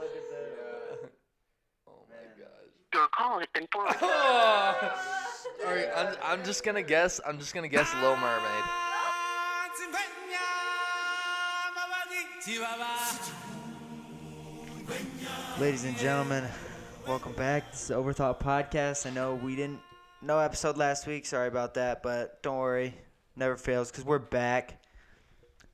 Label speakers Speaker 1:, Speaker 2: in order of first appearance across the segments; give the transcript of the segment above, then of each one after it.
Speaker 1: look at that.
Speaker 2: Oh
Speaker 1: Man.
Speaker 2: my gosh.
Speaker 3: Your call has been forwarded.
Speaker 2: All right, I'm, I'm just gonna guess. I'm just gonna guess Little Mermaid.
Speaker 1: Ladies and gentlemen, welcome back. This is the Overthought Podcast. I know we didn't no episode last week. Sorry about that, but don't worry, never fails because we're back,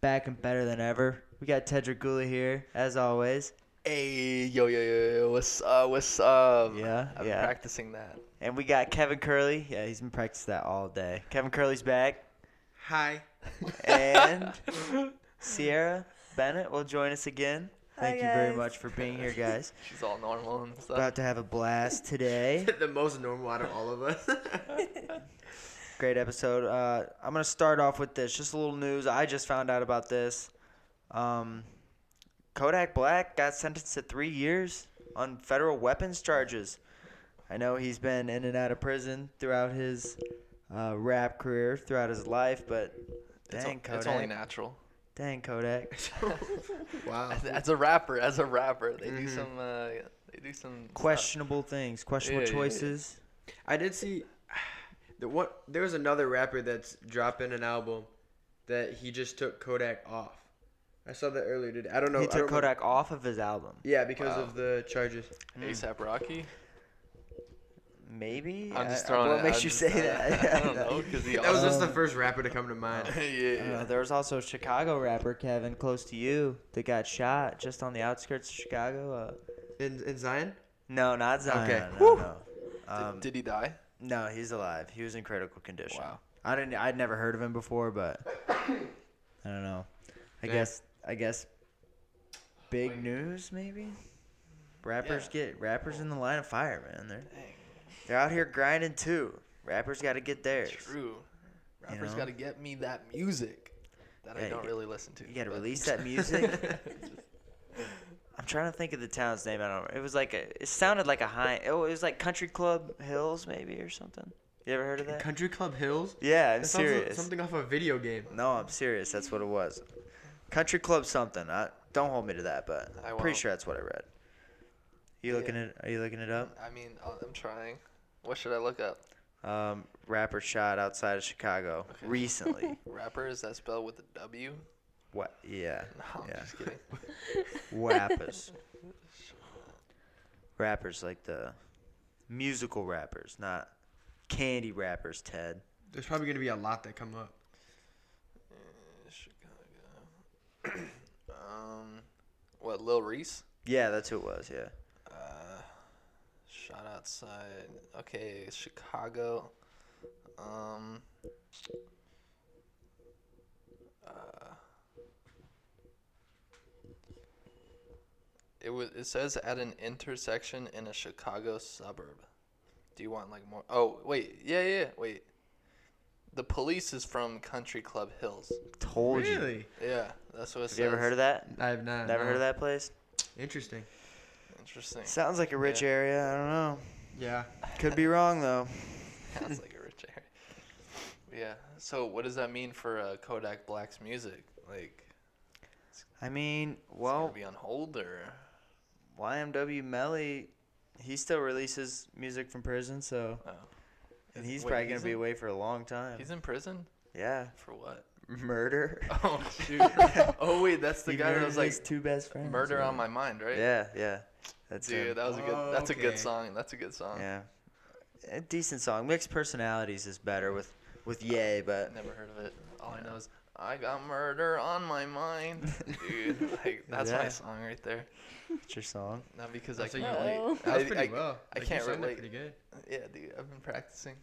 Speaker 1: back and better than ever. We got Tedra Gula here as always,
Speaker 2: Hey, yo, yo, yo, yo, what's up? What's up?
Speaker 1: Yeah,
Speaker 2: I'm
Speaker 1: yeah.
Speaker 2: practicing that.
Speaker 1: and we got Kevin Curley. Yeah, he's been practicing that all day. Kevin Curley's back,
Speaker 4: Hi.
Speaker 1: and Sierra Bennett will join us again.
Speaker 5: Hi,
Speaker 1: Thank you very
Speaker 5: guys.
Speaker 1: much for being here, guys.
Speaker 2: She's all normal and stuff.
Speaker 1: About to have a blast today.
Speaker 4: the most normal out of all of us.
Speaker 1: Great episode. Uh, I'm gonna start off with this. Just a little news. I just found out about this. Um, Kodak Black got sentenced to three years on federal weapons charges. I know he's been in and out of prison throughout his uh, rap career, throughout his life, but
Speaker 2: it's, o-
Speaker 1: dang Kodak,
Speaker 2: it's only natural.
Speaker 1: dang Kodak, Uh,
Speaker 4: wow.
Speaker 2: As a rapper, as a rapper, they
Speaker 1: Mm-hmm.
Speaker 2: do some. Uh, they do some stuff.
Speaker 1: questionable things, questionable
Speaker 2: Yeah, yeah, yeah.
Speaker 1: choices.
Speaker 4: I did see the what there was another rapper that's dropping an album that he just took Kodak off. I saw that earlier today. I don't know.
Speaker 1: he
Speaker 4: I
Speaker 1: took
Speaker 4: don't remember-
Speaker 1: Kodak off of his album.
Speaker 4: Yeah, because
Speaker 2: Wow.
Speaker 4: of the charges.
Speaker 2: ASAP Rocky.
Speaker 1: Maybe.
Speaker 2: I'm just
Speaker 1: I-
Speaker 2: throwing.
Speaker 1: uh, What
Speaker 2: it-
Speaker 1: makes
Speaker 2: I'm
Speaker 1: you
Speaker 2: just-
Speaker 1: say
Speaker 2: I-
Speaker 1: that?
Speaker 2: I don't know because he.
Speaker 4: That was just the
Speaker 1: Um,
Speaker 4: first rapper to come to mind.
Speaker 2: yeah,
Speaker 1: I don't know.
Speaker 2: yeah.
Speaker 1: There was Uh, also a Chicago rapper, Kevin, close to you, that got shot just on the outskirts of Chicago. Uh,
Speaker 4: In, in Zion?
Speaker 1: no, not Zion.
Speaker 4: Okay.
Speaker 1: No,
Speaker 4: Whew.
Speaker 1: no. Um,
Speaker 2: Did he die?
Speaker 1: no, he's alive. He was in critical condition.
Speaker 2: Wow.
Speaker 1: I didn't. I'd never heard of him before, but I don't know. I
Speaker 4: Yeah.
Speaker 1: guess. I guess. Big news, maybe. Rappers get rappers in the line of fire, man. They're
Speaker 2: Dang.
Speaker 1: they're out here grinding too. Rappers got to get theirs.
Speaker 2: True. Rappers
Speaker 1: know?
Speaker 2: got to get me that music that
Speaker 1: Yeah,
Speaker 2: I
Speaker 1: you
Speaker 2: don't
Speaker 1: get-
Speaker 2: really listen to.
Speaker 1: You got to
Speaker 2: but-
Speaker 1: release that music. I'm trying to think of the town's name. I don't. It was like a. It sounded like a high. Oh, it was like Country Club Hills, maybe or something. You ever heard of that?
Speaker 4: Country Club Hills?
Speaker 1: Yeah, I'm
Speaker 4: That sounds like
Speaker 1: serious.
Speaker 4: Something off a video game.
Speaker 1: No, I'm serious. That's what it was. Country Club something. I, don't hold me to that, but
Speaker 2: I
Speaker 1: I'm pretty
Speaker 2: won't.
Speaker 1: sure that's what I read. You looking at? Are you looking it up?
Speaker 2: I mean, I'll- I'm trying. What should I look up?
Speaker 1: Um, rapper shot outside of Chicago recently.
Speaker 2: Rapper is that spelled with a W?
Speaker 1: what? Yeah.
Speaker 2: No, I'm
Speaker 1: yeah.
Speaker 2: just kidding.
Speaker 1: Rappers. rappers like the musical rappers, not candy rappers. Ted.
Speaker 4: There's probably going to be a lot that come up.
Speaker 2: Chicago. um, what? Lil Reese?
Speaker 1: Yeah, that's who it was. Yeah.
Speaker 2: Shot outside. Okay, Chicago. Um. Uh, uh, it was. It says at an intersection in a Chicago suburb. Do you want like more? Oh wait, yeah, yeah, wait. The police is from Country Club Hills.
Speaker 1: Told you.
Speaker 4: Really?
Speaker 2: Yeah, that's what it
Speaker 1: Have you ever heard of that?
Speaker 4: I have not.
Speaker 1: Never
Speaker 4: no.
Speaker 1: heard of that place?
Speaker 4: Interesting.
Speaker 2: Interesting.
Speaker 1: Sounds like a rich
Speaker 2: Yeah.
Speaker 1: area. I don't know.
Speaker 4: Yeah.
Speaker 1: Could be wrong though.
Speaker 2: Sounds like a rich area. Yeah. So what does that mean for uh, Kodak Black's music? Like,
Speaker 1: I mean,
Speaker 2: well,
Speaker 1: well,
Speaker 2: be on hold or?
Speaker 1: YMW Melly, he still releases music from prison, so
Speaker 2: Oh.
Speaker 1: and
Speaker 2: Is-
Speaker 1: he's
Speaker 2: wait,
Speaker 1: probably gonna
Speaker 2: he's
Speaker 1: be
Speaker 2: in-
Speaker 1: away for a long time.
Speaker 2: He's in prison
Speaker 1: yeah,
Speaker 2: for what?
Speaker 1: murder.
Speaker 2: Oh shoot. oh wait, that's the
Speaker 1: He
Speaker 2: guy that
Speaker 1: murdered
Speaker 2: was like
Speaker 1: his two best friends.
Speaker 2: "Murder
Speaker 1: yeah.
Speaker 2: on My Mind," right?
Speaker 1: Yeah, yeah, that's
Speaker 2: Dude,
Speaker 1: him.
Speaker 2: that was a good. That's a
Speaker 4: Okay.
Speaker 2: good song. That's a good song.
Speaker 1: yeah, a decent song. Mixed personalities is better with with Yay, but
Speaker 2: Never heard of it. All I know is I got murder on my mind, dude. Like that's
Speaker 1: Yeah.
Speaker 2: my song right there.
Speaker 1: it's your song.
Speaker 2: Not because I
Speaker 4: That's
Speaker 2: can
Speaker 4: what you-
Speaker 2: relate.
Speaker 4: That was
Speaker 2: I-
Speaker 4: pretty
Speaker 2: I-
Speaker 4: well.
Speaker 2: I
Speaker 4: Like, you
Speaker 2: can't
Speaker 4: sang that
Speaker 2: relate.
Speaker 4: Pretty good.
Speaker 2: Yeah, dude. I've been practicing.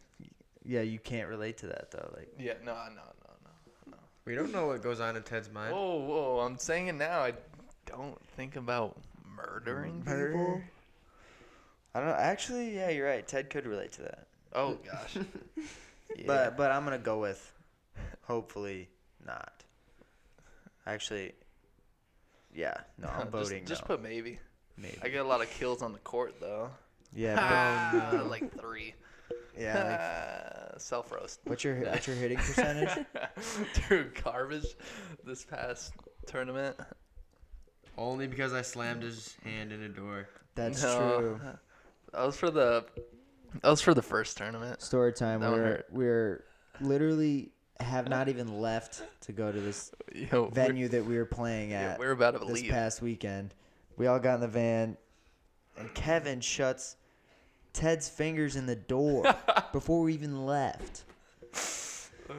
Speaker 1: Yeah, you can't relate to that though. Like
Speaker 2: Yeah. No. No. No. No.
Speaker 4: We don't know what goes on in Ted's mind.
Speaker 2: Whoa, whoa! I'm saying it now. I don't think about murdering people.
Speaker 1: murder. I don't know. Actually, yeah, you're right. Ted could relate to that.
Speaker 2: Oh gosh.
Speaker 1: But but I'm gonna go with hopefully not. Actually, yeah, no,
Speaker 2: No,
Speaker 1: I'm voting
Speaker 2: Just, just
Speaker 1: no.
Speaker 2: put maybe.
Speaker 1: Maybe.
Speaker 2: I get a lot of kills on the court though.
Speaker 1: yeah,
Speaker 2: Uh, like three.
Speaker 1: but, yeah. Like,
Speaker 2: Uh, Self roast.
Speaker 1: what's your what's your hitting percentage?
Speaker 2: Through garbage this past tournament.
Speaker 4: Only because I slammed his hand in a door.
Speaker 1: That's
Speaker 2: No.
Speaker 1: true.
Speaker 2: That was for the that was for the first tournament.
Speaker 1: Story time.
Speaker 2: That one
Speaker 1: We're
Speaker 2: hurt.
Speaker 1: we're literally have not even left to go to this
Speaker 2: Yo, we're-
Speaker 1: venue that we were playing
Speaker 2: yeah,
Speaker 1: at.
Speaker 2: we're about to
Speaker 1: this
Speaker 2: leave.
Speaker 1: past weekend. We all got in the van, and Kevin shuts Ted's fingers in the door before we even left. Uh.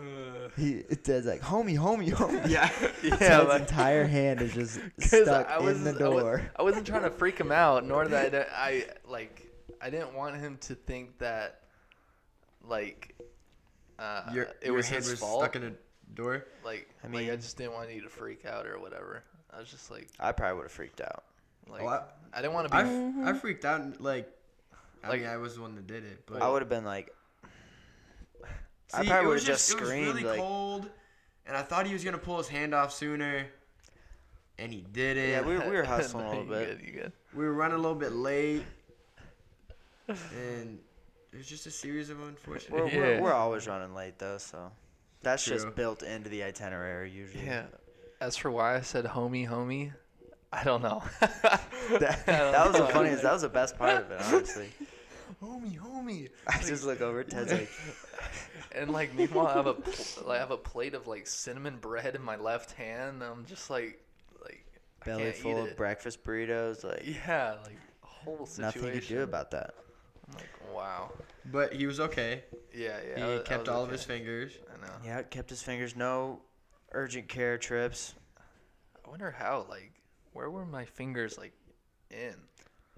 Speaker 1: He Ted's like, homie, homie, homie.
Speaker 4: Yeah.
Speaker 2: yeah,
Speaker 1: Ted's
Speaker 2: like,
Speaker 1: entire hand is just
Speaker 2: 'cause
Speaker 1: stuck
Speaker 2: I was
Speaker 1: in the
Speaker 2: I,
Speaker 1: door.
Speaker 2: was, not trying to freak him out, nor that I, I like I didn't want him to think that like uh,
Speaker 4: Your,
Speaker 2: it
Speaker 4: your
Speaker 2: was
Speaker 4: hand
Speaker 2: his
Speaker 4: was
Speaker 2: fault.
Speaker 4: stuck in a door.
Speaker 2: like
Speaker 1: I
Speaker 2: I mean, I
Speaker 1: mean-
Speaker 2: just didn't want you to freak out or whatever. I was just like
Speaker 1: I probably would have freaked out.
Speaker 2: like
Speaker 4: Oh, I-
Speaker 2: I, didn't want to
Speaker 4: I,
Speaker 2: be
Speaker 4: f- I freaked out. and, Like, I
Speaker 2: Like-
Speaker 4: mean, I was the one that did it. But
Speaker 1: I would have been like, I
Speaker 4: See,
Speaker 1: probably
Speaker 4: it
Speaker 1: would
Speaker 4: was
Speaker 1: have just, screamed.
Speaker 4: It was really
Speaker 1: like,
Speaker 4: cold, and I thought he was gonna pull his hand off sooner, and he didn't.
Speaker 1: yeah, we,
Speaker 4: we,
Speaker 1: were- we were hustling a
Speaker 2: No,
Speaker 1: little
Speaker 2: you
Speaker 1: bit.
Speaker 2: Good, you good.
Speaker 4: were running a little bit late, and it was just a series of unfortunate.
Speaker 1: We're,
Speaker 2: Yeah.
Speaker 1: we're, we're always running late though, so that's
Speaker 4: True.
Speaker 1: just built into the itinerary usually.
Speaker 2: Yeah. As for why I said homie, homie, I don't know.
Speaker 1: that, that was the funniest. That was the best part of it, honestly.
Speaker 2: homie, homie.
Speaker 1: I just look over. Ted's like,
Speaker 2: And like meanwhile, I have a pl- like, I have a plate of like cinnamon bread in my left hand. and I'm just like like I
Speaker 1: belly
Speaker 2: can't eat
Speaker 1: full of
Speaker 2: it.
Speaker 1: breakfast burritos. Like
Speaker 2: Yeah, like whole situation.
Speaker 1: nothing you do about that.
Speaker 2: I'm like wow.
Speaker 4: But he was okay.
Speaker 2: Yeah, yeah.
Speaker 4: He
Speaker 2: I was- I
Speaker 4: kept
Speaker 2: was
Speaker 4: all of
Speaker 2: okay.
Speaker 4: his fingers.
Speaker 2: I know.
Speaker 1: Yeah, it kept his fingers. No urgent care trips.
Speaker 2: I wonder how like where were my fingers like in?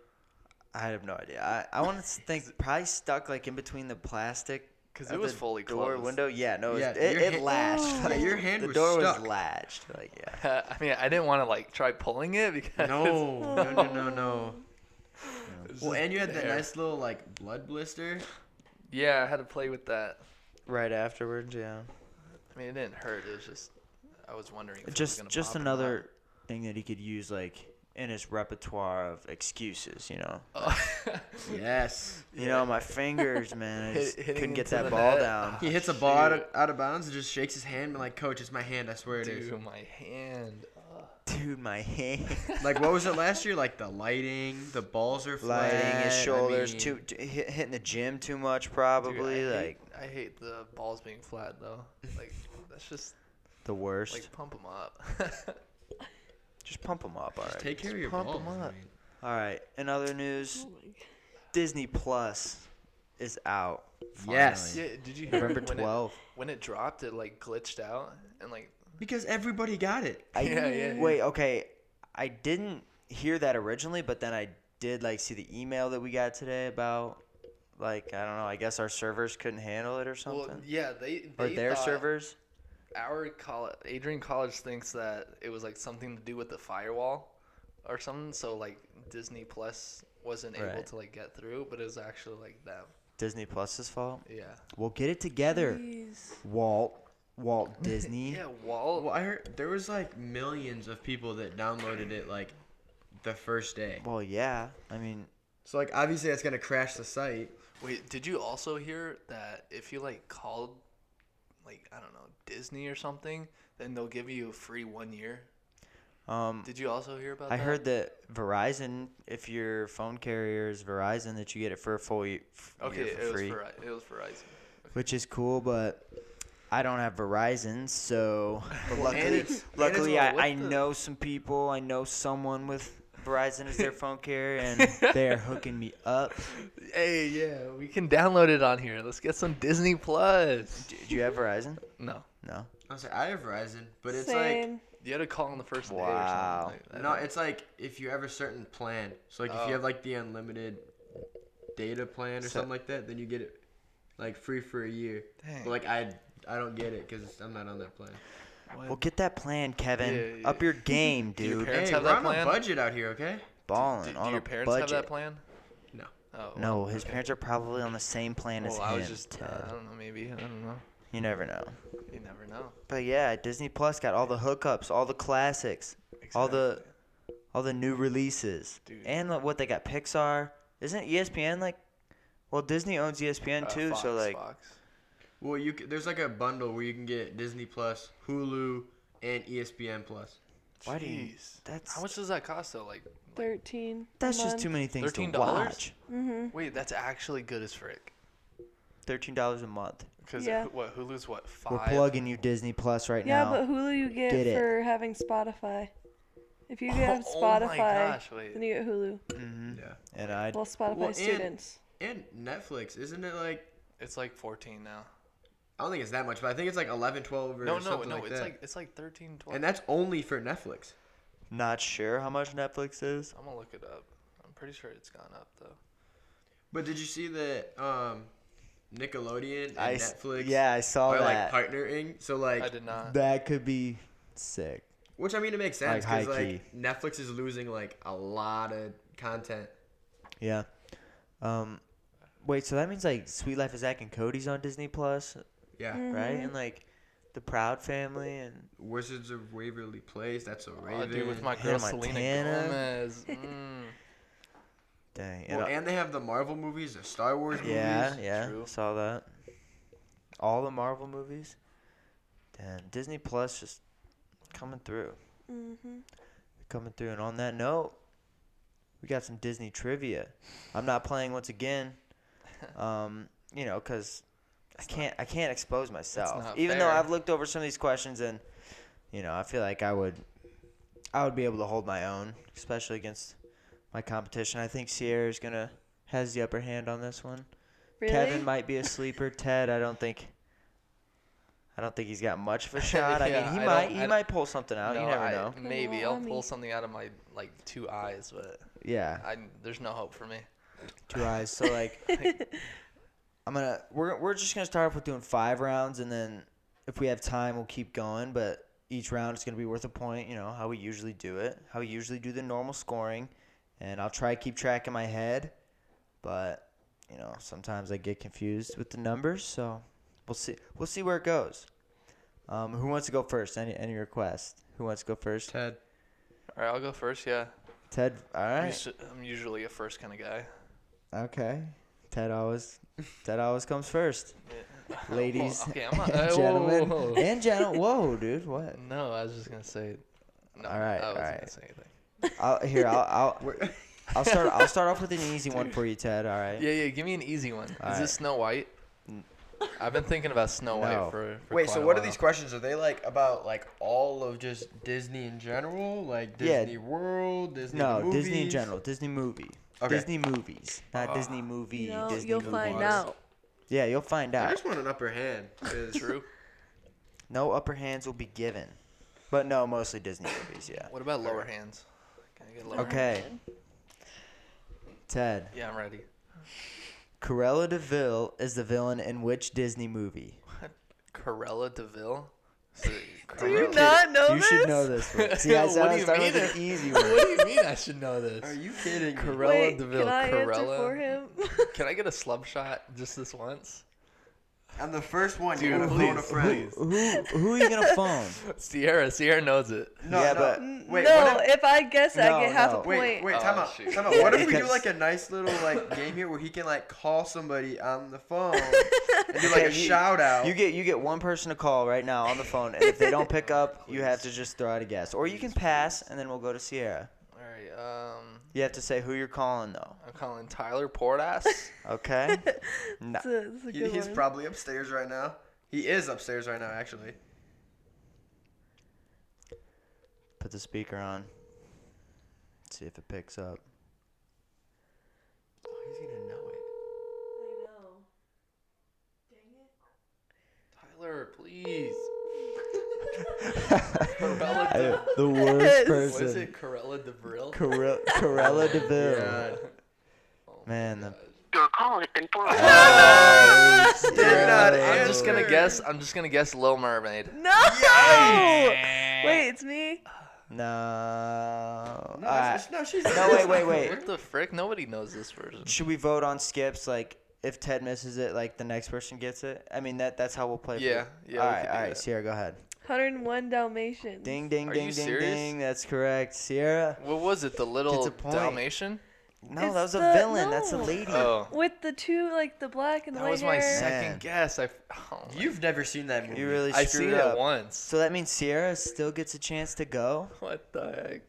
Speaker 1: I have no idea. I, I want to think probably stuck like in between the plastic.
Speaker 2: 'Cause
Speaker 1: of
Speaker 2: it was
Speaker 1: the
Speaker 2: fully
Speaker 1: door
Speaker 2: closed.
Speaker 1: window. Yeah, no, it, was-
Speaker 4: Yeah,
Speaker 1: it,
Speaker 4: your
Speaker 1: it
Speaker 4: hand-
Speaker 1: latched.
Speaker 4: Yeah,
Speaker 1: like,
Speaker 4: your hand
Speaker 1: the
Speaker 4: was
Speaker 1: door
Speaker 4: stuck.
Speaker 1: was latched. Like yeah,
Speaker 2: I mean, I didn't want to like try pulling it because
Speaker 4: No, no, no, no, no.
Speaker 2: It's
Speaker 4: Well,
Speaker 2: just
Speaker 4: and you had that
Speaker 2: there.
Speaker 4: nice little like blood blister.
Speaker 2: Yeah, I had to play with that.
Speaker 1: right afterwards. Yeah,
Speaker 2: I mean, it didn't hurt. It was just I was wondering. If
Speaker 1: just
Speaker 2: it was gonna
Speaker 1: just
Speaker 2: pop or not.
Speaker 1: another thing that he could use like in his repertoire of excuses. You know.
Speaker 2: Oh.
Speaker 4: Yes.
Speaker 1: You know, my fingers, man. I
Speaker 2: Hit-
Speaker 1: just
Speaker 2: hitting
Speaker 1: couldn't get
Speaker 2: into
Speaker 1: that
Speaker 2: the
Speaker 1: ball
Speaker 2: net.
Speaker 1: down.
Speaker 4: He hits a ball out of, out of bounds and just shakes his hand and like, coach, it's my hand. I swear it is.
Speaker 2: Dude, my hand. Ugh.
Speaker 1: Dude, my hand.
Speaker 4: Like what was it last year? Like the lighting, the balls are flat.
Speaker 1: Lighting his
Speaker 4: I
Speaker 1: shoulders,
Speaker 4: mean,
Speaker 1: too, t- hit, hitting the gym too much,
Speaker 2: Dude,
Speaker 1: probably.
Speaker 2: I
Speaker 1: like,
Speaker 2: hate, I hate the balls being flat though. Like that's just
Speaker 1: the worst.
Speaker 2: like pump them up.
Speaker 1: just pump them up, all right.
Speaker 4: Take care of your
Speaker 1: pump
Speaker 4: balls.
Speaker 1: 'em
Speaker 4: I
Speaker 1: up.
Speaker 4: mean.
Speaker 1: All right. In other news, Disney Plus is out.
Speaker 4: Yes.
Speaker 1: finally.
Speaker 2: yeah, did you hear
Speaker 1: November
Speaker 2: when
Speaker 1: 12th.
Speaker 2: It, when it dropped, it like glitched out and like
Speaker 4: Because everybody got it.
Speaker 1: I,
Speaker 2: Yeah, yeah, yeah.
Speaker 1: Wait, okay. I didn't hear that originally, but then I did like see the email that we got today about like I don't know. I guess our servers couldn't handle it or something,
Speaker 2: well yeah they,
Speaker 1: or
Speaker 2: they
Speaker 1: their
Speaker 2: thought-
Speaker 1: servers.
Speaker 2: our college Adrian College thinks that it was like something to do with the firewall or something. So like Disney Plus wasn't able
Speaker 1: Right.
Speaker 2: to like get through, but it was actually like them.
Speaker 1: Disney Plus's fault.
Speaker 2: Yeah.
Speaker 1: We'll get it together, Walt. Walt Disney.
Speaker 2: Yeah, Walt.
Speaker 4: Well, I heard there was like millions of people that downloaded it like the first day.
Speaker 1: Well, yeah. I mean,
Speaker 4: So like obviously that's gonna crash the site.
Speaker 2: Wait, did you also hear that if you like called like I don't know, Disney or something, then they'll give you a free 1 year?
Speaker 1: um,
Speaker 2: Did you also hear about
Speaker 1: I
Speaker 2: that?
Speaker 1: heard that Verizon, if your phone carrier is Verizon, that you get it for a full year,
Speaker 2: Okay,
Speaker 1: year
Speaker 2: it
Speaker 1: for
Speaker 2: was
Speaker 1: free,
Speaker 2: Veri- it was Verizon.
Speaker 1: which is cool. But I don't have Verizon, so
Speaker 4: Well,
Speaker 1: but
Speaker 4: and
Speaker 1: luckily,
Speaker 4: it's- and
Speaker 1: luckily
Speaker 2: it's-
Speaker 1: I,
Speaker 2: what
Speaker 1: I
Speaker 2: the-
Speaker 1: know some people. I know someone with Verizon as their phone carrier, and they are hooking me up.
Speaker 2: Hey, yeah, we can download it on here. Let's get some Disney Plus.
Speaker 1: Do, do you have Verizon?
Speaker 2: No.
Speaker 1: No.
Speaker 4: I was like, I have Verizon, but it's
Speaker 3: Same.
Speaker 2: You had to call on the first day or
Speaker 1: Wow.
Speaker 2: something. like that.
Speaker 4: like no, it's like if you have a certain plan. So like if
Speaker 2: Oh.
Speaker 4: you have like the unlimited data plan or
Speaker 1: So-
Speaker 4: something like that, then you get it like free for a year.
Speaker 2: Dang.
Speaker 4: But like I I don't get it because I'm not on that plan.
Speaker 1: Well, get that plan, Kevin.
Speaker 2: Yeah, yeah.
Speaker 1: Up your game,
Speaker 2: Do your
Speaker 1: dude.
Speaker 2: Parents
Speaker 4: hey,
Speaker 2: have
Speaker 4: we're
Speaker 2: that
Speaker 4: on
Speaker 2: plan?
Speaker 4: a budget out here, okay?
Speaker 1: Balling
Speaker 2: Do, do
Speaker 1: on
Speaker 2: your
Speaker 1: a
Speaker 2: parents
Speaker 1: budget.
Speaker 2: have that plan?
Speaker 4: No.
Speaker 2: Oh.
Speaker 1: No,
Speaker 2: well,
Speaker 1: his
Speaker 2: okay.
Speaker 1: parents are probably on the same plan as
Speaker 2: Well,
Speaker 1: him.
Speaker 2: I was just. uh,
Speaker 1: Ted.
Speaker 2: I don't know. Maybe I don't know.
Speaker 1: you never know.
Speaker 2: You never know.
Speaker 1: But yeah, Disney Plus got all the hookups, all the classics, all the all the new releases,
Speaker 2: Dude.
Speaker 1: and like, what they got Pixar. Isn't E ESPN like? Well, Disney owns E ESPN
Speaker 2: Uh,
Speaker 1: too,
Speaker 2: Fox,
Speaker 1: so like,
Speaker 2: Fox.
Speaker 4: Well, E you c- there's like a bundle where you can get Disney Plus, Hulu, and ESPN Plus.
Speaker 1: Why do you?
Speaker 2: Jeez.
Speaker 1: That's
Speaker 2: How much does that cost though? Like, like-
Speaker 3: Thirteen. a
Speaker 1: that's just
Speaker 3: month.
Speaker 1: too many things to
Speaker 2: $13?
Speaker 1: watch.
Speaker 3: Mm-hmm.
Speaker 2: wait, that's actually good as frick.
Speaker 1: Thirteen dollars a month.
Speaker 2: Because
Speaker 3: Yeah.
Speaker 2: what Hulu's what 5
Speaker 1: We're plugging you Disney Plus right
Speaker 3: Yeah,
Speaker 1: now.
Speaker 3: but Hulu you get,
Speaker 1: Get it.
Speaker 3: for having Spotify. If you
Speaker 2: Oh,
Speaker 3: have
Speaker 2: oh my
Speaker 3: Spotify,
Speaker 2: gosh,
Speaker 3: then
Speaker 2: wait.
Speaker 3: you get Hulu.
Speaker 2: Hmm.
Speaker 1: Mhm.
Speaker 4: Yeah.
Speaker 1: And I
Speaker 3: Well, Spotify
Speaker 4: Well, and-
Speaker 3: students.
Speaker 4: And Netflix, isn't it like
Speaker 2: It's like 14 now.
Speaker 4: I don't think it's that much, but I think it's like 11, 12 or
Speaker 2: No, no,
Speaker 4: something
Speaker 2: no.
Speaker 4: like
Speaker 2: it's
Speaker 4: that.
Speaker 2: like it's like 13, 12.
Speaker 4: and that's only for Netflix.
Speaker 1: not sure how much Netflix is.
Speaker 2: I'm gonna look it up. I'm pretty sure it's gone up though.
Speaker 4: But did you see that um, Nickelodeon and
Speaker 1: I s-
Speaker 4: Netflix
Speaker 1: yeah, I saw
Speaker 4: are like
Speaker 1: that.
Speaker 4: partnering? So like,
Speaker 2: I did not.
Speaker 1: that could be sick.
Speaker 4: which I mean, it makes sense
Speaker 1: Like,
Speaker 4: because like,
Speaker 1: high-key.
Speaker 4: Netflix is losing like a lot of content.
Speaker 1: Yeah. Um, wait. So that means like Sweet Life of Zach and Cody's on Disney Plus,
Speaker 4: Yeah,
Speaker 1: right? And like the Proud Family and
Speaker 4: Wizards of Waverly Place. That's a
Speaker 2: Oh,
Speaker 4: raven.
Speaker 2: dude, with my
Speaker 1: Hannah
Speaker 2: girl Selena
Speaker 1: Montana.
Speaker 2: Gomez. Mm.
Speaker 1: dang. and,
Speaker 4: well,
Speaker 1: uh,
Speaker 4: and they have the Marvel movies, the Star Wars
Speaker 1: yeah,
Speaker 4: movies.
Speaker 1: yeah.
Speaker 2: true.
Speaker 1: Saw that. All the Marvel movies. Damn, Disney Plus just coming through,
Speaker 3: Mm-hmm.
Speaker 1: coming through. And on that note, we got some Disney trivia. I'm not playing once again. Um, you know, cause I can't, I can't expose myself.
Speaker 2: not
Speaker 1: Even though
Speaker 2: fair.
Speaker 1: I've looked over some of these questions, and you know, I feel like I would, I would be able to hold my own, especially against my competition. I think Sierra's gonna has the upper hand on this one.
Speaker 3: Really?
Speaker 1: Kevin might be a sleeper. Ted, I don't think. I don't think he's got much of a shot. I
Speaker 2: Yeah,
Speaker 1: mean, he
Speaker 2: I
Speaker 1: might
Speaker 2: don't-
Speaker 1: he
Speaker 2: I-
Speaker 1: might pull something out. Oh, you
Speaker 2: No,
Speaker 1: never
Speaker 2: I- mm,
Speaker 1: know.
Speaker 2: Maybe
Speaker 3: Little
Speaker 2: I'll pull
Speaker 3: army.
Speaker 2: something out of my like two eyes, but
Speaker 1: Yeah,
Speaker 2: I there's no hope for me.
Speaker 1: two eyes. So like, I'm gonna we're we're just gonna start off with doing five rounds, and then if we have time, we'll keep going. But each round is gonna be worth a point. You know how we usually do it. How we usually do the normal scoring, and I'll try to keep track in my head, but you know sometimes I get confused with the numbers. So we'll see we'll see where it goes. Um, who wants to go first? Any any request? Who wants to go first?
Speaker 4: Ted.
Speaker 2: All right, I'll go first. Yeah,
Speaker 1: Ted. All
Speaker 2: I'm,
Speaker 1: right.
Speaker 2: usu- I'm usually a first kind of guy.
Speaker 1: Okay. Ted always Ted always comes first.
Speaker 2: Yeah.
Speaker 1: Ladies
Speaker 2: Well, okay, I'm not,
Speaker 1: and
Speaker 2: uh,
Speaker 1: gentlemen.
Speaker 2: whoa.
Speaker 1: And gentlemen. Whoa, dude. What?
Speaker 2: No, I was just gonna say. No,
Speaker 1: All right,
Speaker 2: I
Speaker 1: all
Speaker 2: wasn't
Speaker 1: right.
Speaker 2: gonna say anything.
Speaker 1: I'll, here, I'll, I'll
Speaker 4: Wait,
Speaker 1: I'll start I'll start off with an easy one for you, Ted. All right.
Speaker 2: Yeah, yeah. Give me an easy one.
Speaker 1: All
Speaker 2: Is
Speaker 1: right.
Speaker 2: this Snow White? I've been thinking about Snow
Speaker 1: No.
Speaker 2: White for, for
Speaker 4: Wait,
Speaker 2: quite
Speaker 4: so
Speaker 2: a
Speaker 4: what are
Speaker 2: while.
Speaker 4: these questions? Are they like about like all of just Disney in general, like
Speaker 1: Yeah.
Speaker 4: Disney World, Disney
Speaker 1: No,
Speaker 4: movies?
Speaker 1: Disney in general. Disney movie.
Speaker 4: Okay.
Speaker 1: Disney movies, not
Speaker 2: Uh,
Speaker 4: Ah.
Speaker 1: Disney movie.
Speaker 3: You know,
Speaker 1: Disney
Speaker 3: you'll
Speaker 1: movies.
Speaker 3: find
Speaker 4: movies.
Speaker 3: out.
Speaker 1: Yeah, you'll find
Speaker 4: I
Speaker 1: out.
Speaker 4: just want an upper hand. 'cause-
Speaker 2: True.
Speaker 1: No upper hands will be given, but no, mostly Disney movies. Yeah.
Speaker 2: What about lower hands? Can I get lower?
Speaker 1: Okay. Ted,
Speaker 2: Yeah, I'm ready.
Speaker 1: Corella Deville is the villain in which Disney movie?
Speaker 2: Corella Deville. Is it
Speaker 3: Do you
Speaker 2: Corella?
Speaker 3: not know
Speaker 1: you
Speaker 3: this?
Speaker 1: should know this one. See, I
Speaker 2: What
Speaker 1: said
Speaker 2: do
Speaker 1: I
Speaker 2: you
Speaker 1: start
Speaker 2: mean?
Speaker 1: with an easy one.
Speaker 2: what do you mean? I should know this.
Speaker 4: Are you kidding? me?
Speaker 2: Corella
Speaker 3: Wait,
Speaker 2: Deville.
Speaker 3: can I answer
Speaker 2: Corella.
Speaker 3: for him?
Speaker 2: Can I get a slub shot just this once?
Speaker 4: On the first one,
Speaker 2: Dude,
Speaker 4: you're gonna phone a
Speaker 2: please,
Speaker 4: friend.
Speaker 2: please.
Speaker 1: Who who are you gonna phone?
Speaker 2: Sierra, Sierra knows it.
Speaker 4: No,
Speaker 1: Yeah,
Speaker 4: no.
Speaker 1: but-
Speaker 4: wait,
Speaker 3: no,
Speaker 4: what if,
Speaker 3: if, I guess it,
Speaker 1: No,
Speaker 3: I get half
Speaker 1: no.
Speaker 3: a
Speaker 1: if-
Speaker 3: point.
Speaker 4: wait, wait,
Speaker 2: Oh,
Speaker 4: time out,
Speaker 2: shoot.
Speaker 4: time out. What if we do
Speaker 1: Because-
Speaker 4: like a nice little like game here where he can like call somebody on the phone and do like
Speaker 1: Okay,
Speaker 4: a
Speaker 1: you-
Speaker 4: shout out?
Speaker 1: You get you get one person to call right now on the phone, and if they don't pick up, you have to just throw out a guess, or you can pass, and then we'll go to Sierra.
Speaker 2: All right, um,
Speaker 1: You have to say who you're calling though.
Speaker 2: I'm calling Tyler Portass.
Speaker 1: Okay. No.
Speaker 3: That's a, that's a
Speaker 4: He-
Speaker 3: good
Speaker 4: he's
Speaker 3: one.
Speaker 4: probably upstairs right now. He is upstairs right now, actually.
Speaker 1: Put the speaker on. See if it picks up.
Speaker 4: Oh, he's gonna know it.
Speaker 2: Tyler, please.
Speaker 1: I-
Speaker 2: Corella.
Speaker 1: the
Speaker 3: Yes.
Speaker 1: worst
Speaker 2: De- what is
Speaker 1: person.
Speaker 2: it? Corella Deville.
Speaker 1: Corella, Corella Deville. Man, the
Speaker 5: Your call has been forwarded.
Speaker 4: Did not
Speaker 2: I'm just gonna
Speaker 4: answer.
Speaker 2: guess. I'm just gonna guess Little Mermaid.
Speaker 3: No! Wait, it's me.
Speaker 1: no.
Speaker 4: No,
Speaker 1: Alright.
Speaker 4: it's- no, she's
Speaker 1: No, wait, wait, wait.
Speaker 2: What the frick? Nobody knows this version.
Speaker 1: Should we vote on skips? Like, if Ted misses it, like the next person gets it. I mean, that that's how we'll play. for-
Speaker 2: Yeah, yeah, we
Speaker 1: All right,
Speaker 2: could
Speaker 1: all
Speaker 2: do
Speaker 1: right.
Speaker 2: that.
Speaker 1: Sierra, go ahead.
Speaker 3: 101 Dalmatians.
Speaker 1: Ding, ding,
Speaker 2: Are
Speaker 1: ding,
Speaker 2: you
Speaker 1: ding,
Speaker 2: serious?
Speaker 1: ding. That's correct. Sierra.
Speaker 2: What was it? The little
Speaker 1: point.
Speaker 2: Dalmatian?
Speaker 1: No,
Speaker 3: It's
Speaker 1: that was a
Speaker 3: the-
Speaker 1: villain. That's a
Speaker 3: no.
Speaker 1: lady.
Speaker 2: Oh,
Speaker 3: With the two, like the black and the
Speaker 2: that
Speaker 3: white
Speaker 2: was my
Speaker 3: hair.
Speaker 2: second
Speaker 1: Man.
Speaker 2: guess. I f- oh my-
Speaker 4: You've never seen that movie.
Speaker 1: You really
Speaker 2: I seen
Speaker 1: screwed
Speaker 2: it
Speaker 1: up.
Speaker 2: once.
Speaker 1: So that means Sierra still gets a chance to go.
Speaker 2: What the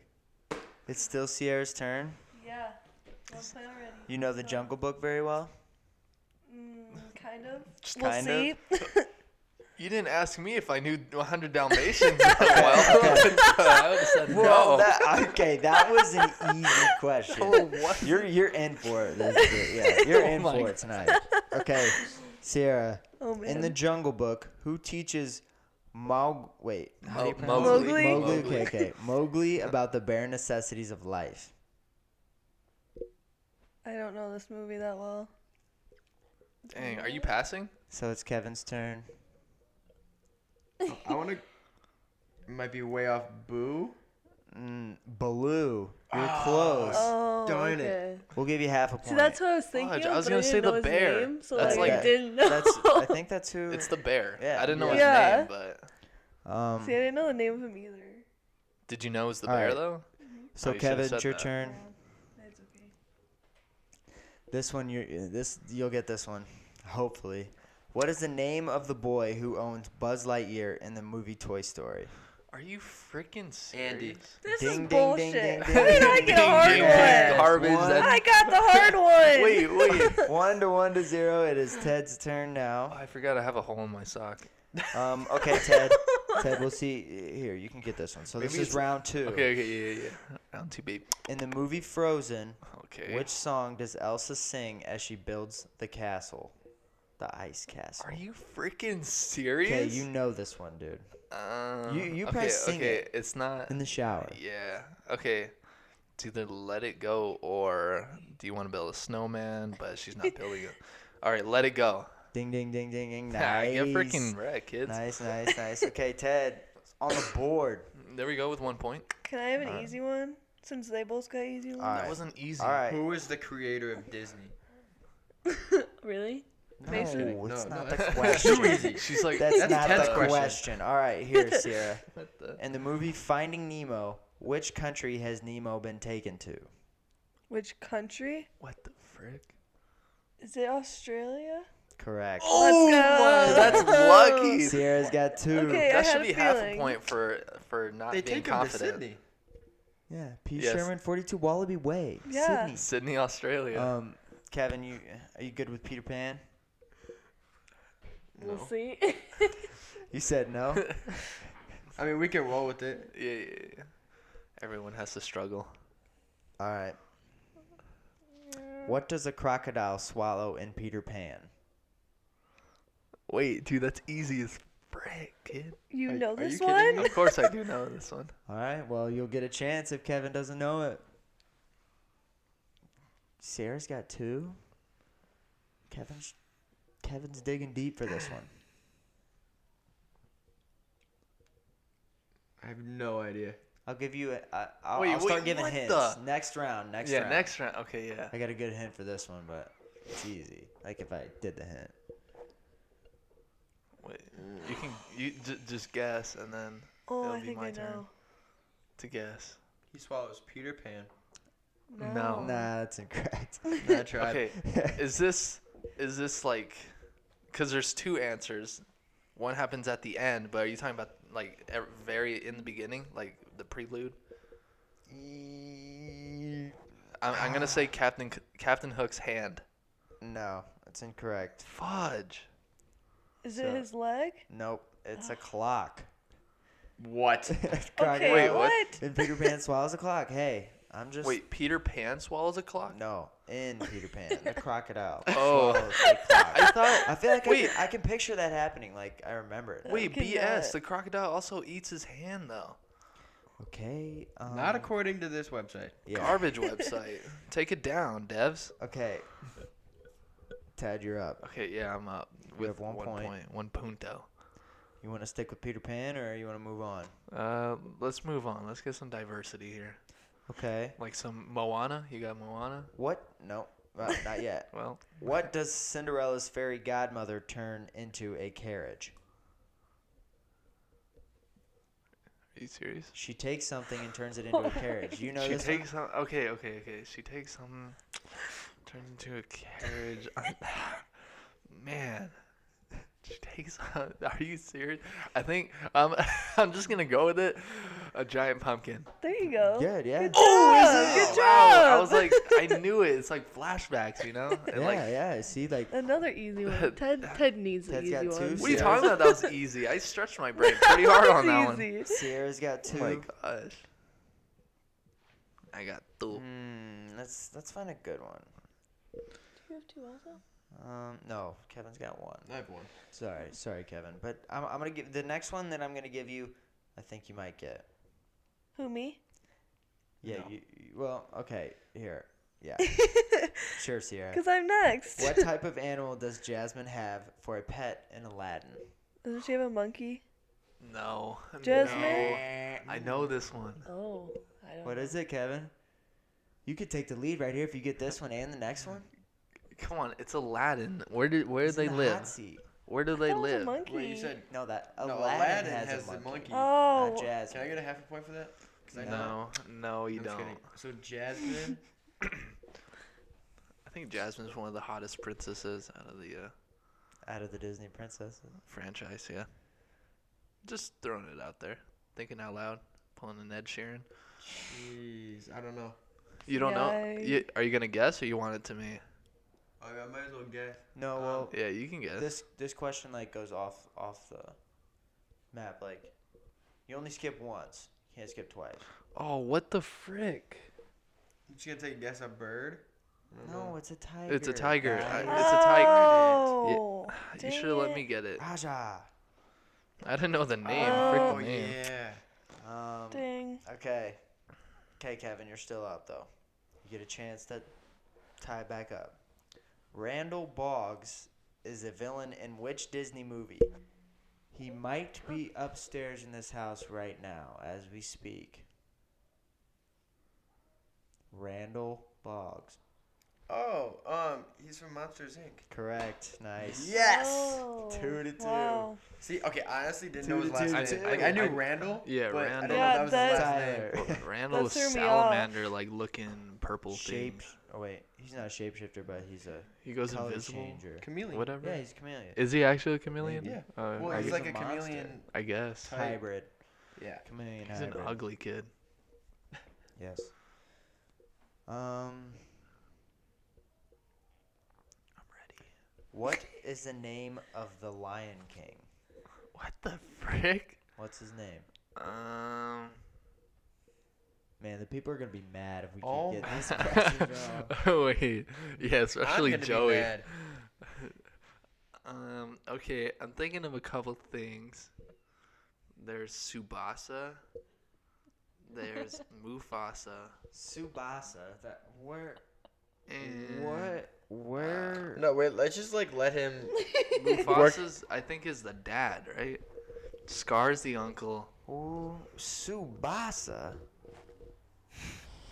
Speaker 2: heck?
Speaker 1: It's still Sierra's turn.
Speaker 3: Yeah. Well played already.
Speaker 1: You know the Jungle Book very well.
Speaker 3: Mm, kind of.
Speaker 1: Just
Speaker 3: we'll
Speaker 1: kind
Speaker 3: see.
Speaker 1: of.
Speaker 2: You didn't ask me if I knew 100 Dalmatians. well, I would have said no.
Speaker 1: Well, that, okay, that was an easy question.
Speaker 2: Oh, what?
Speaker 1: You're you're in for it. this is- Yeah, you're in
Speaker 2: my
Speaker 1: for it tonight. Okay, Sierra.
Speaker 3: oh man.
Speaker 1: In the Jungle Book, who teaches Mog? Wait, how do you
Speaker 2: Mo-
Speaker 1: pronounce
Speaker 3: Mowgli.
Speaker 1: it?
Speaker 3: Mowgli.
Speaker 1: Mowgli. Okay, okay. Mowgli about the bare necessities of life.
Speaker 3: I don't know this movie that well.
Speaker 2: Dang, are you passing?
Speaker 1: So it's Kevin's turn.
Speaker 4: I want to. Might be way off. Boo.
Speaker 1: Mm, Baloo, you're
Speaker 2: Ah.
Speaker 1: close.
Speaker 3: Oh.
Speaker 4: Darn it.
Speaker 3: okay.
Speaker 1: We'll give you half a point.
Speaker 3: See, that's what I was thinking.
Speaker 2: Fudge, I
Speaker 3: of,
Speaker 2: was
Speaker 3: but
Speaker 2: gonna
Speaker 3: didn't
Speaker 2: say the
Speaker 3: know his
Speaker 2: bear.
Speaker 3: Name, so
Speaker 2: That's
Speaker 3: like,
Speaker 2: like-
Speaker 3: I didn't know.
Speaker 1: That's I think that's who.
Speaker 2: It's the bear.
Speaker 1: Yeah.
Speaker 2: I didn't know
Speaker 3: Yeah.
Speaker 2: his name, but
Speaker 1: um.
Speaker 3: See, I didn't know the name of him either.
Speaker 2: did you know it was the
Speaker 1: All
Speaker 2: bear
Speaker 1: right.
Speaker 2: though?
Speaker 1: So
Speaker 2: Oh, you should've
Speaker 1: Kevin,
Speaker 2: said
Speaker 1: it's your
Speaker 2: that.
Speaker 1: turn.
Speaker 3: That's okay.
Speaker 1: This one, you're this. You'll get this one, hopefully. What is the name of the boy who owns Buzz Lightyear in the movie Toy Story?
Speaker 2: Are you freaking serious?
Speaker 4: Andy.
Speaker 3: This
Speaker 1: Ding,
Speaker 3: is
Speaker 1: ding,
Speaker 3: bullshit.
Speaker 1: ding, ding,
Speaker 3: Why did I
Speaker 2: ding,
Speaker 3: get a hard
Speaker 2: ding,
Speaker 3: one?
Speaker 2: ding. Garbage.
Speaker 1: One.
Speaker 2: That,
Speaker 3: I got the hard one.
Speaker 2: Wait, wait.
Speaker 1: One to one to zero. It is Ted's turn
Speaker 2: Oh,
Speaker 1: now.
Speaker 2: I forgot I have a hole in my sock.
Speaker 1: Um, okay, Ted. Ted, we'll see. Here, you can get this one. So this
Speaker 2: Maybe
Speaker 1: is
Speaker 2: it's-
Speaker 1: round two.
Speaker 2: Okay, okay, yeah, yeah. yeah. Round two, babe.
Speaker 1: In the movie Frozen,
Speaker 2: Okay.
Speaker 1: which song does Elsa sing as she builds the castle, the ice castle?
Speaker 2: Are you freaking serious?
Speaker 1: Okay, you know this one, dude.
Speaker 2: Um,
Speaker 1: you- you
Speaker 2: okay,
Speaker 1: probably sing
Speaker 2: okay.
Speaker 1: it.
Speaker 2: It's not.
Speaker 1: In the shower.
Speaker 2: Yeah. Okay. It's either let it go or do you want to build a snowman? But she's not building it. All right, let it go.
Speaker 1: Ding, ding, ding, ding, ding.
Speaker 2: Ah,
Speaker 1: Nice.
Speaker 2: Get freaking wrecked, kids.
Speaker 1: Nice, nice, nice. Okay, Ted, on the board.
Speaker 2: There we go with one point.
Speaker 3: Can I have an easy one? Since they both got easy ones.
Speaker 1: Alright.
Speaker 2: That wasn't easy.
Speaker 1: All right.
Speaker 4: Who is the creator of Disney?
Speaker 3: really?
Speaker 1: No,
Speaker 3: Nice.
Speaker 1: it's
Speaker 4: No, no,
Speaker 1: not the
Speaker 2: that's-
Speaker 1: question.
Speaker 4: Too easy.
Speaker 2: She's like,
Speaker 1: That's,
Speaker 4: That's
Speaker 1: not
Speaker 4: Ted's
Speaker 1: the
Speaker 4: question.
Speaker 1: question. All right, here, Sierra.
Speaker 2: what the?
Speaker 1: In the movie Finding Nemo, which country has Nemo been taken to?
Speaker 3: Which country?
Speaker 2: What the frick?
Speaker 3: Is it Australia?
Speaker 1: Correct.
Speaker 3: Oh, go.
Speaker 2: that's lucky.
Speaker 1: Sierra's got two.
Speaker 3: Okay. I
Speaker 2: That
Speaker 3: had
Speaker 2: should
Speaker 3: a
Speaker 2: be half a
Speaker 3: feeling.
Speaker 2: point for for not
Speaker 4: They
Speaker 2: being
Speaker 4: take him to
Speaker 2: confident.
Speaker 4: Sydney.
Speaker 1: Yeah, P.
Speaker 2: Yes.
Speaker 1: Sherman, 42 Wallaby Way,
Speaker 3: Yeah.
Speaker 1: Sydney.
Speaker 2: Sydney, Australia.
Speaker 1: Um, Kevin, you are you good with Peter Pan?
Speaker 3: We'll
Speaker 4: No.
Speaker 3: see.
Speaker 1: You said no.
Speaker 4: I mean, we can roll with it.
Speaker 2: yeah, yeah, yeah. Everyone has to struggle.
Speaker 1: All right. What does a crocodile swallow in Peter Pan?
Speaker 2: Wait, dude, that's easy as frick, kid.
Speaker 3: you
Speaker 4: Are-
Speaker 3: know
Speaker 4: are you
Speaker 3: this
Speaker 4: kidding
Speaker 3: one?
Speaker 4: me?
Speaker 2: Of course, I do know this one.
Speaker 1: All right. Well, you'll get a chance if Kevin doesn't know it. Sarah's got two. Kevin's Kevin's digging deep for this one.
Speaker 4: I have no idea.
Speaker 1: I'll give you. A, I, I'll,
Speaker 2: Wait,
Speaker 1: I'll start
Speaker 2: wait,
Speaker 1: giving
Speaker 2: what
Speaker 1: hints.
Speaker 2: the-
Speaker 1: Next round. Next
Speaker 2: yeah,
Speaker 1: round.
Speaker 2: next round. Okay, yeah.
Speaker 1: I got a good hint for this one, but it's easy. Like if I did the hint.
Speaker 2: Wait, you can you j- just guess and then
Speaker 3: Oh,
Speaker 2: it'll
Speaker 3: I
Speaker 2: be
Speaker 3: think
Speaker 2: my
Speaker 3: I
Speaker 2: turn.
Speaker 3: know.
Speaker 2: to guess.
Speaker 4: He swallows Peter Pan.
Speaker 2: No.
Speaker 1: Nah, that's incorrect.
Speaker 4: I tried.
Speaker 2: Okay, is this is this like? Because there's two answers. One happens at the end, but are you talking about like ev- very in the beginning, like the prelude? I'm, I'm gonna say Captain C- Captain Hook's hand.
Speaker 1: no, it's incorrect.
Speaker 2: Fudge.
Speaker 3: Is
Speaker 1: So-
Speaker 3: it his leg?
Speaker 1: Nope, it's a clock.
Speaker 4: What?
Speaker 3: Okay,
Speaker 1: Crocodile-
Speaker 2: Wait, what?
Speaker 3: what?
Speaker 1: In Peter Pan swallows a clock. Hey, I'm just
Speaker 2: Wait, Peter Pan swallows a clock.
Speaker 1: no in Peter Pan, the crocodile.
Speaker 2: Oh.
Speaker 1: swallows a clock.
Speaker 2: I thought.
Speaker 1: I feel like I
Speaker 2: Wait.
Speaker 1: can, I can picture that happening. Like I remember it.
Speaker 2: Wait,
Speaker 3: cannot.
Speaker 2: BS. The crocodile also eats his hand though.
Speaker 1: Okay. Um,
Speaker 4: Not according to this website.
Speaker 1: yeah.
Speaker 2: Garbage website. Take it down, devs.
Speaker 1: Okay. Tad, you're up.
Speaker 2: Okay, yeah, I'm up
Speaker 1: You
Speaker 2: with
Speaker 1: have one point.
Speaker 2: one punto.
Speaker 1: You want to stick with Peter Pan or you want to move on?
Speaker 2: Uh, let's move on. Let's get some diversity here.
Speaker 1: Okay.
Speaker 2: Like some Moana. You got Moana?
Speaker 1: What? No, uh, not yet.
Speaker 2: Well,
Speaker 1: What does Cinderella's fairy godmother turn into a carriage?
Speaker 2: Are you serious?
Speaker 1: She takes something and turns it into a carriage. You know
Speaker 2: she
Speaker 1: this.
Speaker 2: takes some. Okay, okay, okay. She takes something, turns into a carriage. I'm- man, she takes. Are you serious? I think um, I'm just gonna go with it. A giant pumpkin.
Speaker 3: There you go.
Speaker 1: Yeah, yeah.
Speaker 3: Good job.
Speaker 2: Oh,
Speaker 3: Good job.
Speaker 2: Wow. I was like, I knew it. It's like flashbacks, you know? And
Speaker 1: yeah,
Speaker 2: like,
Speaker 1: yeah. See, like
Speaker 5: Another easy one. Ted Ted needs an
Speaker 1: Ted's
Speaker 5: easy
Speaker 1: got
Speaker 5: one.
Speaker 1: two.
Speaker 2: What are you
Speaker 1: Yeah.
Speaker 2: talking about? That was easy. I stretched my brain pretty hard on that one.
Speaker 3: Easy.
Speaker 1: Sierra's got
Speaker 2: Oh
Speaker 1: two.
Speaker 2: my gosh. I got two.
Speaker 1: Hmm, let's let's find a good one.
Speaker 5: You have two also?
Speaker 1: Um, no, Kevin's got one.
Speaker 4: I have one.
Speaker 1: Sorry, sorry, Kevin. But I'm, I'm gonna give the next one that I'm gonna give you. I think you might get.
Speaker 3: Who me?
Speaker 1: Yeah.
Speaker 4: No.
Speaker 1: You, you- well, okay. Here. Yeah. sure, Sierra.
Speaker 3: Because I'm next.
Speaker 1: What type of animal does Jasmine have for a pet in Aladdin?
Speaker 3: Doesn't she have a monkey?
Speaker 4: Mm.
Speaker 2: No.
Speaker 3: Jasmine?
Speaker 2: No. I know this one.
Speaker 5: Oh, I don't
Speaker 1: What is it, Kevin? You could take the lead right here if you get this one and the next one.
Speaker 2: Come on, it's Aladdin. Where do where do
Speaker 1: He's
Speaker 2: they
Speaker 1: in the hot
Speaker 2: live?
Speaker 1: seat.
Speaker 2: Where do they
Speaker 3: That was a
Speaker 2: live?
Speaker 3: monkey.
Speaker 4: Wait, you said
Speaker 1: No, that
Speaker 4: No,
Speaker 1: Aladdin,
Speaker 4: Aladdin
Speaker 1: has,
Speaker 4: has
Speaker 1: a
Speaker 4: the
Speaker 1: monkey.
Speaker 4: monkey.
Speaker 3: Oh.
Speaker 1: Not
Speaker 4: Can I
Speaker 1: Jasmine.
Speaker 4: get a half a point for that? 'Cause I know-
Speaker 2: No, no, you
Speaker 4: I'm just
Speaker 2: don't.
Speaker 4: kidding. So Jasmine,
Speaker 2: I think Jasmine's one of the hottest princesses out of the uh,
Speaker 1: Out of the Disney princesses.
Speaker 2: franchise. Yeah. Just throwing it out there, thinking out loud, pulling an Ed Sheeran.
Speaker 4: jeez, I don't know.
Speaker 2: You don't know?
Speaker 3: Yikes.
Speaker 2: You, are you gonna guess or you want it to me?
Speaker 4: I, I might as well guess.
Speaker 1: No,
Speaker 4: Um,
Speaker 1: well,
Speaker 2: Yeah, you can guess.
Speaker 1: this this question like goes off off the map. Like, you only skip once. You can't skip twice.
Speaker 2: Oh, what the frick!
Speaker 4: I'm just gonna take a guess. A bird? I don't
Speaker 1: No,
Speaker 4: know.
Speaker 1: it's a tiger.
Speaker 2: It's a tiger. I-
Speaker 1: guys.
Speaker 2: it's a tiger.
Speaker 3: Oh.
Speaker 2: You
Speaker 3: dang
Speaker 2: should have let
Speaker 3: it.
Speaker 2: me get it.
Speaker 1: Raja.
Speaker 2: I didn't know the name.
Speaker 3: Oh,
Speaker 2: Frick
Speaker 4: Oh
Speaker 2: the name.
Speaker 4: yeah.
Speaker 1: Um,
Speaker 3: Dang.
Speaker 1: okay. Okay, Kevin, you're still up though. You get a chance to tie it back up. Randall Boggs is a villain in which Disney movie? He might be upstairs in this house right now as we speak. Randall Boggs.
Speaker 4: Oh, um, he's from Monsters Inc.
Speaker 1: Correct. Nice.
Speaker 4: Yes.
Speaker 3: Oh,
Speaker 1: Two to two.
Speaker 3: Wow.
Speaker 4: See, okay, I honestly didn't
Speaker 1: Two
Speaker 4: know his
Speaker 1: to
Speaker 4: last
Speaker 1: two
Speaker 4: name.
Speaker 1: to
Speaker 4: Like
Speaker 1: two.
Speaker 4: I knew
Speaker 2: I-
Speaker 4: Randall.
Speaker 2: yeah,
Speaker 4: but I
Speaker 2: Randall.
Speaker 4: didn't
Speaker 3: Yeah,
Speaker 4: know that was his last name.
Speaker 1: Tyler.
Speaker 2: Well, Randall
Speaker 3: threw
Speaker 2: was
Speaker 3: me off.
Speaker 2: salamander like looking purple
Speaker 1: Shape.
Speaker 2: thing.
Speaker 1: Oh wait, he's not a shapeshifter, but he's a
Speaker 2: He goes
Speaker 1: color
Speaker 2: invisible.
Speaker 1: changer.
Speaker 4: Chameleon.
Speaker 2: Whatever.
Speaker 1: Yeah, he's a chameleon.
Speaker 2: Is he actually a chameleon?
Speaker 4: Yeah.
Speaker 2: Uh,
Speaker 4: Well,
Speaker 2: I,
Speaker 4: he's
Speaker 2: guess,
Speaker 4: like
Speaker 1: a
Speaker 4: a
Speaker 1: monster.
Speaker 4: chameleon.
Speaker 2: I guess.
Speaker 4: type.
Speaker 1: hybrid.
Speaker 4: Yeah.
Speaker 1: Chameleon
Speaker 2: He's an
Speaker 1: hybrid.
Speaker 2: ugly kid.
Speaker 1: Yes. Um,
Speaker 2: I'm ready.
Speaker 1: what is the name of the Lion King?
Speaker 2: What the frick?
Speaker 1: What's his name?
Speaker 2: Um.
Speaker 1: Man, the people are gonna be mad if we keep
Speaker 4: Oh
Speaker 1: getting these questions wrong.
Speaker 2: Wait. Yeah, especially
Speaker 4: I'm gonna Be
Speaker 2: Joey.
Speaker 4: mad.
Speaker 2: Um. Okay, I'm thinking of a couple things. There's Subasa. There's Mufasa.
Speaker 1: Subasa. That where?
Speaker 2: And
Speaker 1: What? Where?
Speaker 4: No, wait. Let's just like let him.
Speaker 2: Mufasa's, I think, is the dad, right? Scar's the uncle.
Speaker 1: Ooh, Subasa.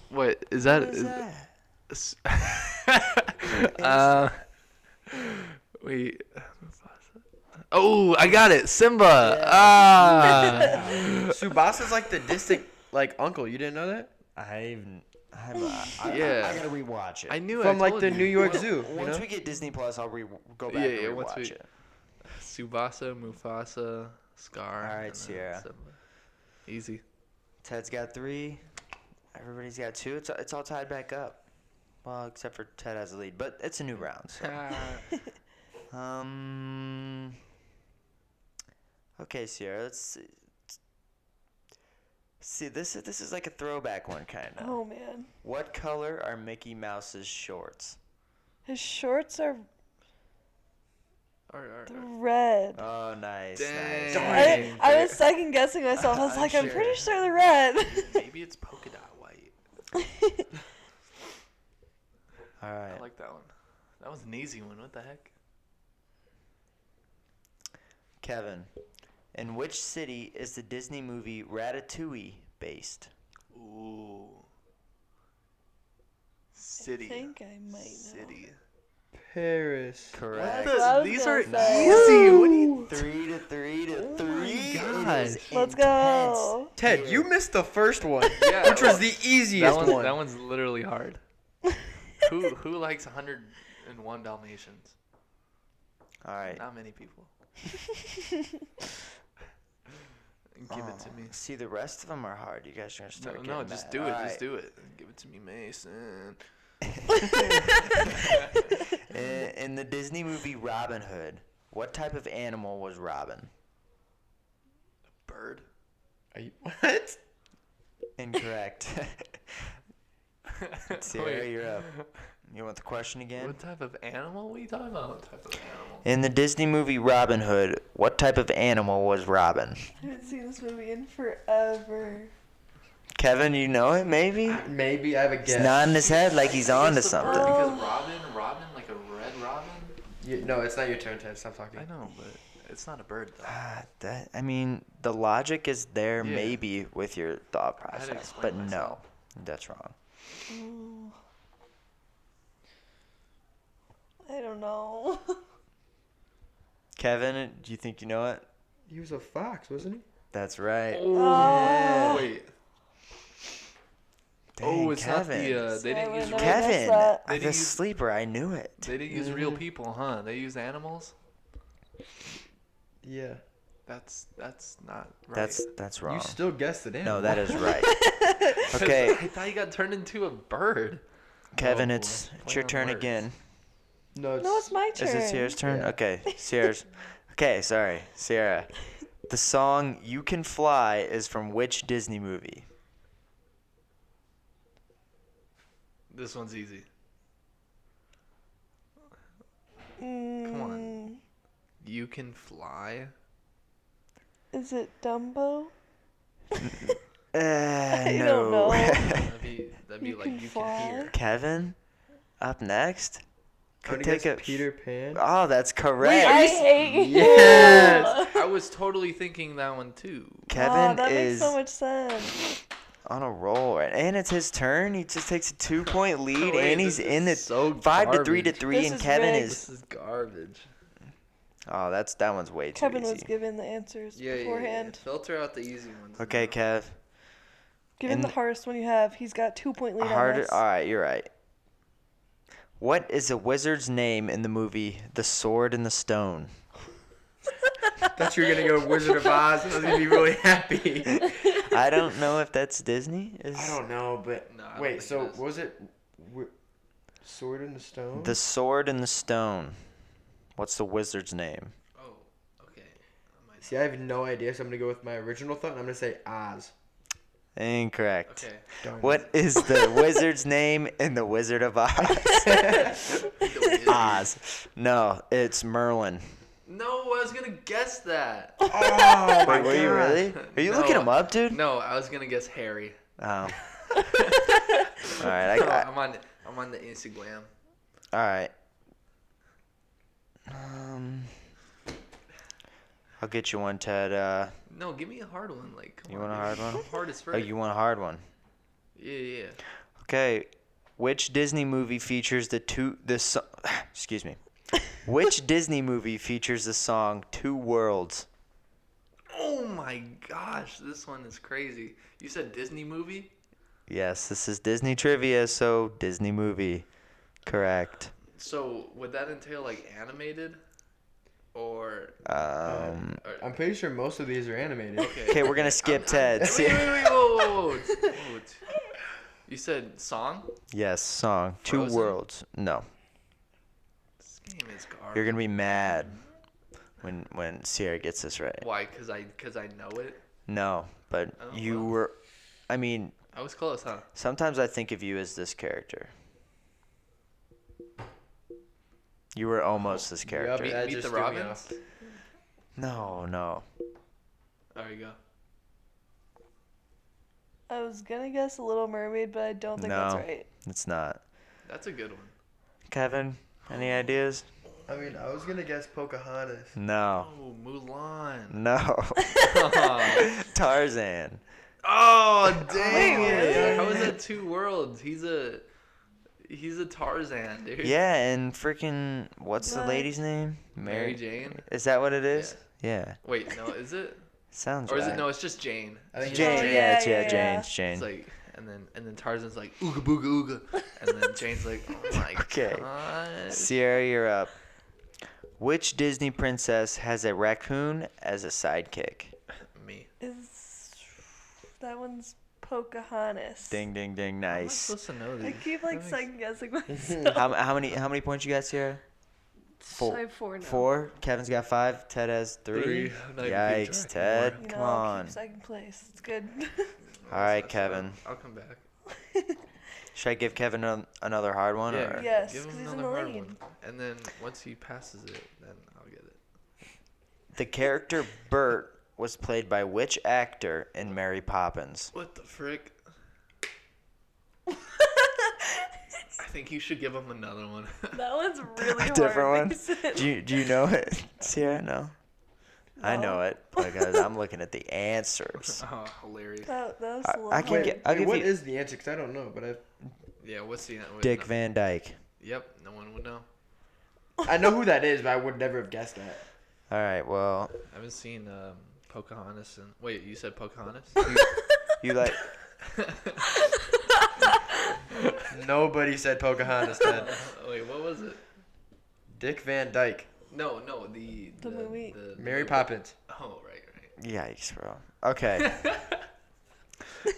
Speaker 2: What is that?
Speaker 1: What is
Speaker 2: is-
Speaker 1: that?
Speaker 2: s- uh, wait. Mufasa. Oh, I got it. Simba. Ah.
Speaker 4: Subasa's like the distant like uncle. You didn't know that?
Speaker 1: I've. I'm, I, I,
Speaker 2: Yeah.
Speaker 1: I, gotta rewatch it.
Speaker 2: I knew it.
Speaker 4: From
Speaker 2: I
Speaker 4: like
Speaker 2: told
Speaker 4: the
Speaker 2: you.
Speaker 4: New York Zoo. You
Speaker 1: Once
Speaker 4: know?
Speaker 1: we get Disney Plus, I'll re- go back
Speaker 2: Yeah,
Speaker 1: and
Speaker 2: yeah, once
Speaker 1: rewatch
Speaker 2: we-
Speaker 1: it.
Speaker 2: Subasa, Mufasa, Scar.
Speaker 1: All right,
Speaker 2: and then
Speaker 1: Sierra.
Speaker 2: Simba. Easy.
Speaker 1: Ted's got three. Everybody's got two. It's it's all tied back up. Well, except for Ted has the lead, but it's a new round. So. um. Okay, Sierra. Let's see. See, this is this is like a throwback one, kind of.
Speaker 3: Oh man,
Speaker 1: What color are Mickey Mouse's shorts?
Speaker 3: his shorts are
Speaker 2: All right, all right, all right.
Speaker 3: red.
Speaker 1: Oh, nice.
Speaker 2: Dang.
Speaker 1: nice.
Speaker 2: Darn
Speaker 1: nice.
Speaker 3: I, I was second guessing myself. I was like, I'm pretty sure they're red.
Speaker 2: Maybe it's polka dot white.
Speaker 1: All
Speaker 2: I
Speaker 1: right.
Speaker 2: like that one. That was an easy one. What the heck?
Speaker 1: Kevin, in which city is the Disney movie Ratatouille based?
Speaker 2: Ooh.
Speaker 3: I
Speaker 2: City.
Speaker 3: think I might know.
Speaker 2: City.
Speaker 4: Paris.
Speaker 1: Correct.
Speaker 2: This-
Speaker 3: I was
Speaker 2: these
Speaker 3: gonna
Speaker 2: are
Speaker 3: say.
Speaker 2: easy. What do you
Speaker 1: Three to three to three.
Speaker 2: gosh.
Speaker 3: Oh Let's go.
Speaker 4: Ted, you missed the first one,
Speaker 2: Yeah,
Speaker 4: which was the easiest
Speaker 2: that one's,
Speaker 4: one.
Speaker 2: That one's literally hard. who who likes 101 Dalmatians?
Speaker 1: All right.
Speaker 2: Not many people. Give it to me.
Speaker 1: See, the rest of them are hard. You guys are gonna start.
Speaker 2: No, no
Speaker 1: getting
Speaker 2: just
Speaker 1: mad.
Speaker 2: do it.
Speaker 1: All
Speaker 2: Just
Speaker 1: right.
Speaker 2: do it. Give it to me, Mason.
Speaker 1: In, Uh, in the Disney movie Robin Hood, what type of animal was Robin?
Speaker 2: Bird.
Speaker 4: Are you- what?
Speaker 1: Incorrect. Sierra,
Speaker 2: Wait,
Speaker 1: you're up. You want the question again?
Speaker 2: What type of animal? What are you talking about? What type of animal?
Speaker 1: In the Disney movie Robin Hood, what type of animal was Robin?
Speaker 5: I haven't seen this movie in forever.
Speaker 1: Kevin, you know it maybe?
Speaker 4: Maybe I have a
Speaker 1: He's
Speaker 4: guess.
Speaker 1: nodding his head like he's on to
Speaker 2: It's the bird,
Speaker 3: Oh.
Speaker 1: something.
Speaker 2: Because Robin, Robin, like a red Robin.
Speaker 4: You- no, it's not your turn, Ted. Stop talking.
Speaker 2: I know, but it's not a bird though.
Speaker 1: Ah, That, I mean, the logic is there
Speaker 2: Yeah.
Speaker 1: maybe with your thought process,
Speaker 2: explain
Speaker 1: but no,
Speaker 2: myself.
Speaker 1: that's wrong.
Speaker 3: I don't know.
Speaker 1: Kevin, do you think you know it?
Speaker 4: He was a fox, wasn't he?
Speaker 1: That's right.
Speaker 2: Oh, wait.
Speaker 1: Dang,
Speaker 2: oh, it's
Speaker 1: Kevin.
Speaker 2: not the. Uh, they
Speaker 3: I
Speaker 2: didn't
Speaker 3: would
Speaker 2: use.
Speaker 3: never-
Speaker 2: Real,
Speaker 3: guessed
Speaker 1: Kevin,
Speaker 3: that.
Speaker 2: They
Speaker 1: I'm a
Speaker 2: didn't use-
Speaker 1: sleeper. I knew it.
Speaker 2: they didn't use real people, huh? They used animals.
Speaker 4: Yeah.
Speaker 2: That's that's not right.
Speaker 1: That's that's
Speaker 2: Oh.
Speaker 1: wrong.
Speaker 4: You still guessed it.
Speaker 1: no, that is right. okay,
Speaker 2: I thought you got turned into a bird.
Speaker 1: Kevin,
Speaker 2: Oh, boy.
Speaker 1: it's it's
Speaker 2: Play
Speaker 1: your
Speaker 2: on
Speaker 1: turn
Speaker 2: words.
Speaker 1: again.
Speaker 4: No, it's,
Speaker 3: No, it's my turn.
Speaker 1: Is it Sierra's turn?
Speaker 4: Yeah.
Speaker 1: Okay, Sierra's. okay, sorry, Sierra. The song "You Can Fly" is from which Disney movie?
Speaker 2: This one's easy.
Speaker 3: Come
Speaker 2: on. You can fly.
Speaker 3: Mm, Is it Dumbo?
Speaker 1: Uh,
Speaker 3: I
Speaker 1: no.
Speaker 3: don't know.
Speaker 2: That'd be that'd be
Speaker 3: You
Speaker 2: like
Speaker 3: can
Speaker 2: you
Speaker 3: fly?
Speaker 2: can hear.
Speaker 1: Kevin, up next.
Speaker 4: I'm
Speaker 1: Could
Speaker 4: gonna
Speaker 1: take
Speaker 4: guess
Speaker 1: a
Speaker 4: Peter Pan.
Speaker 1: Oh, that's correct.
Speaker 3: I hate you.
Speaker 4: Yes.
Speaker 2: I was totally thinking that one too.
Speaker 1: Kevin
Speaker 3: oh, that makes
Speaker 1: is
Speaker 3: so much sense.
Speaker 1: on a roll, right? and it's his turn. He just takes a two-point lead,
Speaker 2: Wait,
Speaker 1: and he's
Speaker 2: this
Speaker 1: in
Speaker 2: is
Speaker 1: the
Speaker 2: so
Speaker 1: five to three to
Speaker 2: garbage.
Speaker 1: three,
Speaker 3: This
Speaker 1: and
Speaker 3: is
Speaker 1: Kevin
Speaker 3: rigged.
Speaker 1: is.
Speaker 2: This is garbage.
Speaker 1: Oh, that's that one's way too
Speaker 3: Kevin
Speaker 1: easy.
Speaker 3: was given the answers beforehand.
Speaker 2: Filter out the easy ones.
Speaker 1: Okay, Kev.
Speaker 3: Given
Speaker 1: And-
Speaker 3: the hardest one you have, he's got two point lead on
Speaker 1: Harder.
Speaker 3: us.
Speaker 1: All right, you're right. What is the wizard's name in the movie The Sword and the Stone?
Speaker 4: thought you were gonna go Wizard of Oz. I was gonna be really happy.
Speaker 1: I don't know if that's Disney. Is
Speaker 4: I don't know, but
Speaker 2: No, I don't
Speaker 4: wait.
Speaker 2: think
Speaker 4: So
Speaker 2: it is.
Speaker 4: what was it Wi- Sword in the Stone?
Speaker 1: The Sword and the Stone? What's the wizard's name?
Speaker 2: Oh, okay. I might-
Speaker 4: See, I have no idea, so I'm gonna go with my original thought. and I'm gonna say Oz.
Speaker 1: Incorrect.
Speaker 2: Okay.
Speaker 4: Darn it.
Speaker 1: What is the wizard's name in The Wizard of Oz? Oz. No, it's Merlin.
Speaker 2: No, I was gonna guess that.
Speaker 4: Oh, my
Speaker 1: Wait, were you
Speaker 4: God.
Speaker 1: really? Are you
Speaker 2: No,
Speaker 1: looking him up, dude?
Speaker 2: No, I was gonna guess Harry.
Speaker 1: Oh. All right, I,
Speaker 2: No,
Speaker 1: I,
Speaker 2: I'm on I'm on the Instagram.
Speaker 1: All right. Um, I'll get you one, Ted. Uh,
Speaker 2: No, give me a hard one. Like, come
Speaker 1: You
Speaker 2: on,
Speaker 1: want a
Speaker 2: dude.
Speaker 1: hard one?
Speaker 2: Hard is
Speaker 1: oh,
Speaker 2: first.
Speaker 1: you want a hard one?
Speaker 2: Yeah, yeah.
Speaker 1: Okay. Which Disney movie features the two the so- excuse me? Which Disney movie features the song Two Worlds?
Speaker 2: Oh my gosh, this one is crazy. You said Disney movie?
Speaker 1: Yes, this is Disney trivia, so Disney movie. Correct.
Speaker 2: So would that entail like animated, or
Speaker 1: Um,
Speaker 4: I'm pretty sure most of these are animated.
Speaker 1: okay, we're gonna skip Ted.
Speaker 2: Wait, wait, wait, whoa, whoa, whoa. It's- whoa, it's- You said song?
Speaker 1: Yes, song Two
Speaker 2: Frozen?
Speaker 1: Worlds. No,
Speaker 2: This game is garbage.
Speaker 1: you're gonna be mad when when Sierra gets this right.
Speaker 2: Why? Cause I, cause I know it.
Speaker 1: No, but
Speaker 2: Oh,
Speaker 1: you
Speaker 2: well.
Speaker 1: were. I mean,
Speaker 2: I was close, huh?
Speaker 1: sometimes I think of you as this character. You were almost this character.
Speaker 4: That
Speaker 2: Meet
Speaker 4: just
Speaker 2: the
Speaker 4: threw me
Speaker 2: Robins.
Speaker 4: off.
Speaker 1: No, no.
Speaker 2: There you go.
Speaker 3: I was gonna guess Little Mermaid, but I don't think that's
Speaker 1: No.
Speaker 3: right.
Speaker 1: It's not.
Speaker 2: That's a good one.
Speaker 1: Kevin, any ideas?
Speaker 4: I mean, I was gonna guess Pocahontas.
Speaker 1: No.
Speaker 2: Oh, Mulan.
Speaker 1: No. Tarzan.
Speaker 2: Oh dang
Speaker 3: Wait,
Speaker 2: it!
Speaker 3: really?
Speaker 2: How is that two worlds? He's a he's a Tarzan, dude.
Speaker 1: Yeah, and freaking what's the
Speaker 5: What?
Speaker 1: lady's name?
Speaker 2: Mary Jane.
Speaker 1: Is that what it is? Yeah.
Speaker 2: Wait, no, is it?
Speaker 1: Sounds
Speaker 2: Or is
Speaker 1: right.
Speaker 2: it no? It's just Jane. I think
Speaker 1: Jane.
Speaker 5: Oh,
Speaker 1: yeah,
Speaker 5: yeah,
Speaker 1: it's, yeah,
Speaker 5: yeah,
Speaker 1: Jane.
Speaker 5: yeah.
Speaker 1: It's Jane.
Speaker 2: It's like, and then and then Tarzan's like ooga booga ooga, and then Jane's like, oh my
Speaker 1: Okay.
Speaker 2: god.
Speaker 1: Sierra, you're up. Which Disney princess has a raccoon as a sidekick?
Speaker 2: Me.
Speaker 5: Is that one's Pocahontas?
Speaker 1: Ding, ding, ding.
Speaker 2: How am I
Speaker 1: Nice. Hmm,
Speaker 2: supposed to know
Speaker 5: I
Speaker 2: these?
Speaker 5: keep
Speaker 2: That
Speaker 5: like
Speaker 2: makes-
Speaker 5: second guessing myself.
Speaker 1: How, how many how many points you got, Sierra? four-
Speaker 5: I have four now.
Speaker 1: Four. Kevin's got five. Ted has three.
Speaker 2: Three. I'm not even keeping
Speaker 1: Yikes,
Speaker 2: track anymore.
Speaker 1: Ted.
Speaker 5: You know,
Speaker 1: Come
Speaker 5: I'll
Speaker 1: on.
Speaker 5: keep second place. It's good.
Speaker 1: All
Speaker 2: That's-
Speaker 1: right,
Speaker 2: that's-
Speaker 1: Kevin.
Speaker 2: I'll come back.
Speaker 1: Should I give Kevin an- another hard one?
Speaker 2: Yeah,
Speaker 1: Or?
Speaker 5: Yes,
Speaker 2: give him
Speaker 5: 'cause he's in
Speaker 2: another
Speaker 5: the
Speaker 2: hard
Speaker 5: lead.
Speaker 2: one. And then once he passes it, then I'll get it.
Speaker 1: The character Bert was played by which actor in Mary Poppins?
Speaker 2: What the frick? I think you should give him another one.
Speaker 5: that one's really
Speaker 1: A
Speaker 5: hard.
Speaker 1: different one?
Speaker 5: Mason.
Speaker 1: Do you, do you know it, Sierra? No. I
Speaker 5: No.
Speaker 1: know it because I'm looking at the answers.
Speaker 2: oh, hilarious.
Speaker 5: That, that was
Speaker 1: I,
Speaker 5: a little
Speaker 1: I can
Speaker 5: hard.
Speaker 1: get. I'll
Speaker 4: What is
Speaker 1: give you
Speaker 4: the answer? Because I don't know, but
Speaker 2: Yeah, what's the wait,
Speaker 1: Dick
Speaker 2: no-
Speaker 1: Van Dyke.
Speaker 2: Yep, no one would know.
Speaker 4: I I know who that is, but I would never have guessed that.
Speaker 1: All right. Well,
Speaker 2: I haven't seen um, Pocahontas and wait, you said Pocahontas?
Speaker 1: you like.
Speaker 4: Nobody said Pocahontas. Ted.
Speaker 2: wait, what was it?
Speaker 4: Dick Van Dyke,
Speaker 2: No, no, the
Speaker 5: The movie.
Speaker 2: the- the
Speaker 4: Mary
Speaker 2: movie.
Speaker 4: Poppins.
Speaker 2: Oh, right, right.
Speaker 1: Yikes, bro. Okay,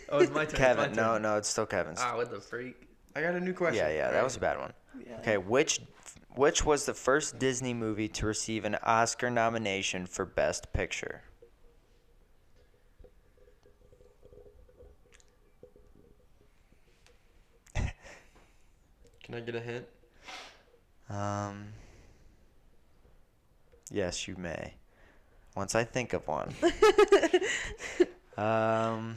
Speaker 2: Oh, it's my turn. it's my
Speaker 1: Kevin. No,
Speaker 2: turn.
Speaker 1: no, it's still Kevin's.
Speaker 2: Ah, what the freak?
Speaker 4: I got a new question.
Speaker 1: yeah, yeah, that was a bad one.
Speaker 5: Yeah.
Speaker 1: Okay, which which was the first Disney movie to receive an Oscar nomination for Best Picture?
Speaker 4: Can I get a hint?
Speaker 1: Um. Yes, you may. Once I think of one. um.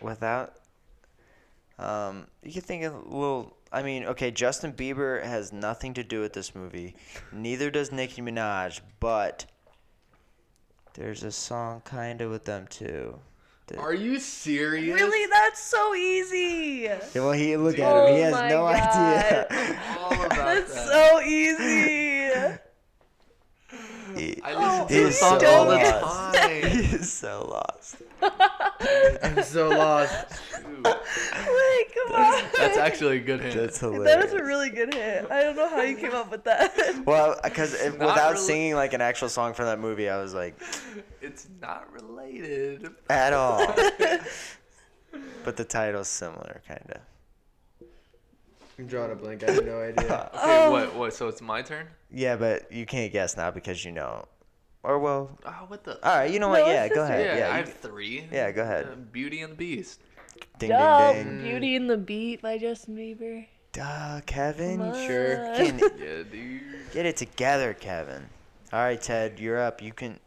Speaker 1: Without. Um, you can think of a little. I mean, okay, Justin Bieber has nothing to do with this movie. Neither does Nicki Minaj, but there's a song kind of with them too. that-
Speaker 2: Are you serious?
Speaker 5: Really? That's so easy.
Speaker 1: Yeah, well, he look at him.
Speaker 5: Oh
Speaker 1: He has
Speaker 5: my
Speaker 1: no
Speaker 5: God.
Speaker 1: idea.
Speaker 2: All about
Speaker 5: That's
Speaker 2: that.
Speaker 5: so easy.
Speaker 1: He-
Speaker 2: I listen to
Speaker 1: he's
Speaker 2: this
Speaker 5: Oh,
Speaker 2: song
Speaker 1: so
Speaker 2: all the
Speaker 1: lost.
Speaker 2: time.
Speaker 1: he is so lost.
Speaker 5: Oh
Speaker 4: I'm so lost.
Speaker 5: Wait, come on.
Speaker 2: That's actually a good hint.
Speaker 1: That's hilarious.
Speaker 5: That was a really good hit. I don't know how you came up with that.
Speaker 1: well, because
Speaker 2: not
Speaker 1: without
Speaker 2: really-
Speaker 1: singing like an actual song from that movie, I was like,
Speaker 2: it's not related.
Speaker 1: at all. but the title's similar, kind of.
Speaker 4: I'm drawing a blank. I have no idea.
Speaker 2: Okay,
Speaker 1: Oh.
Speaker 2: what? What? So it's my turn?
Speaker 1: Yeah, but you can't guess now because you know. Or, well,
Speaker 2: Oh, what the?
Speaker 1: all right, you know
Speaker 5: No,
Speaker 1: what? Yeah,
Speaker 5: it's
Speaker 1: go
Speaker 5: just-
Speaker 1: ahead.
Speaker 2: yeah,
Speaker 1: Yeah,
Speaker 2: I
Speaker 1: you-
Speaker 2: have three.
Speaker 1: yeah, go ahead.
Speaker 2: Uh, Beauty and the Beast.
Speaker 1: ding,
Speaker 5: Duh,
Speaker 1: ding, ding.
Speaker 5: Beauty and the Beat by Justin Bieber.
Speaker 1: Duh, Kevin.
Speaker 5: Come
Speaker 1: you
Speaker 5: on.
Speaker 1: Can
Speaker 2: Yeah, dude.
Speaker 1: get it together, Kevin. All right, Ted, you're up. You can.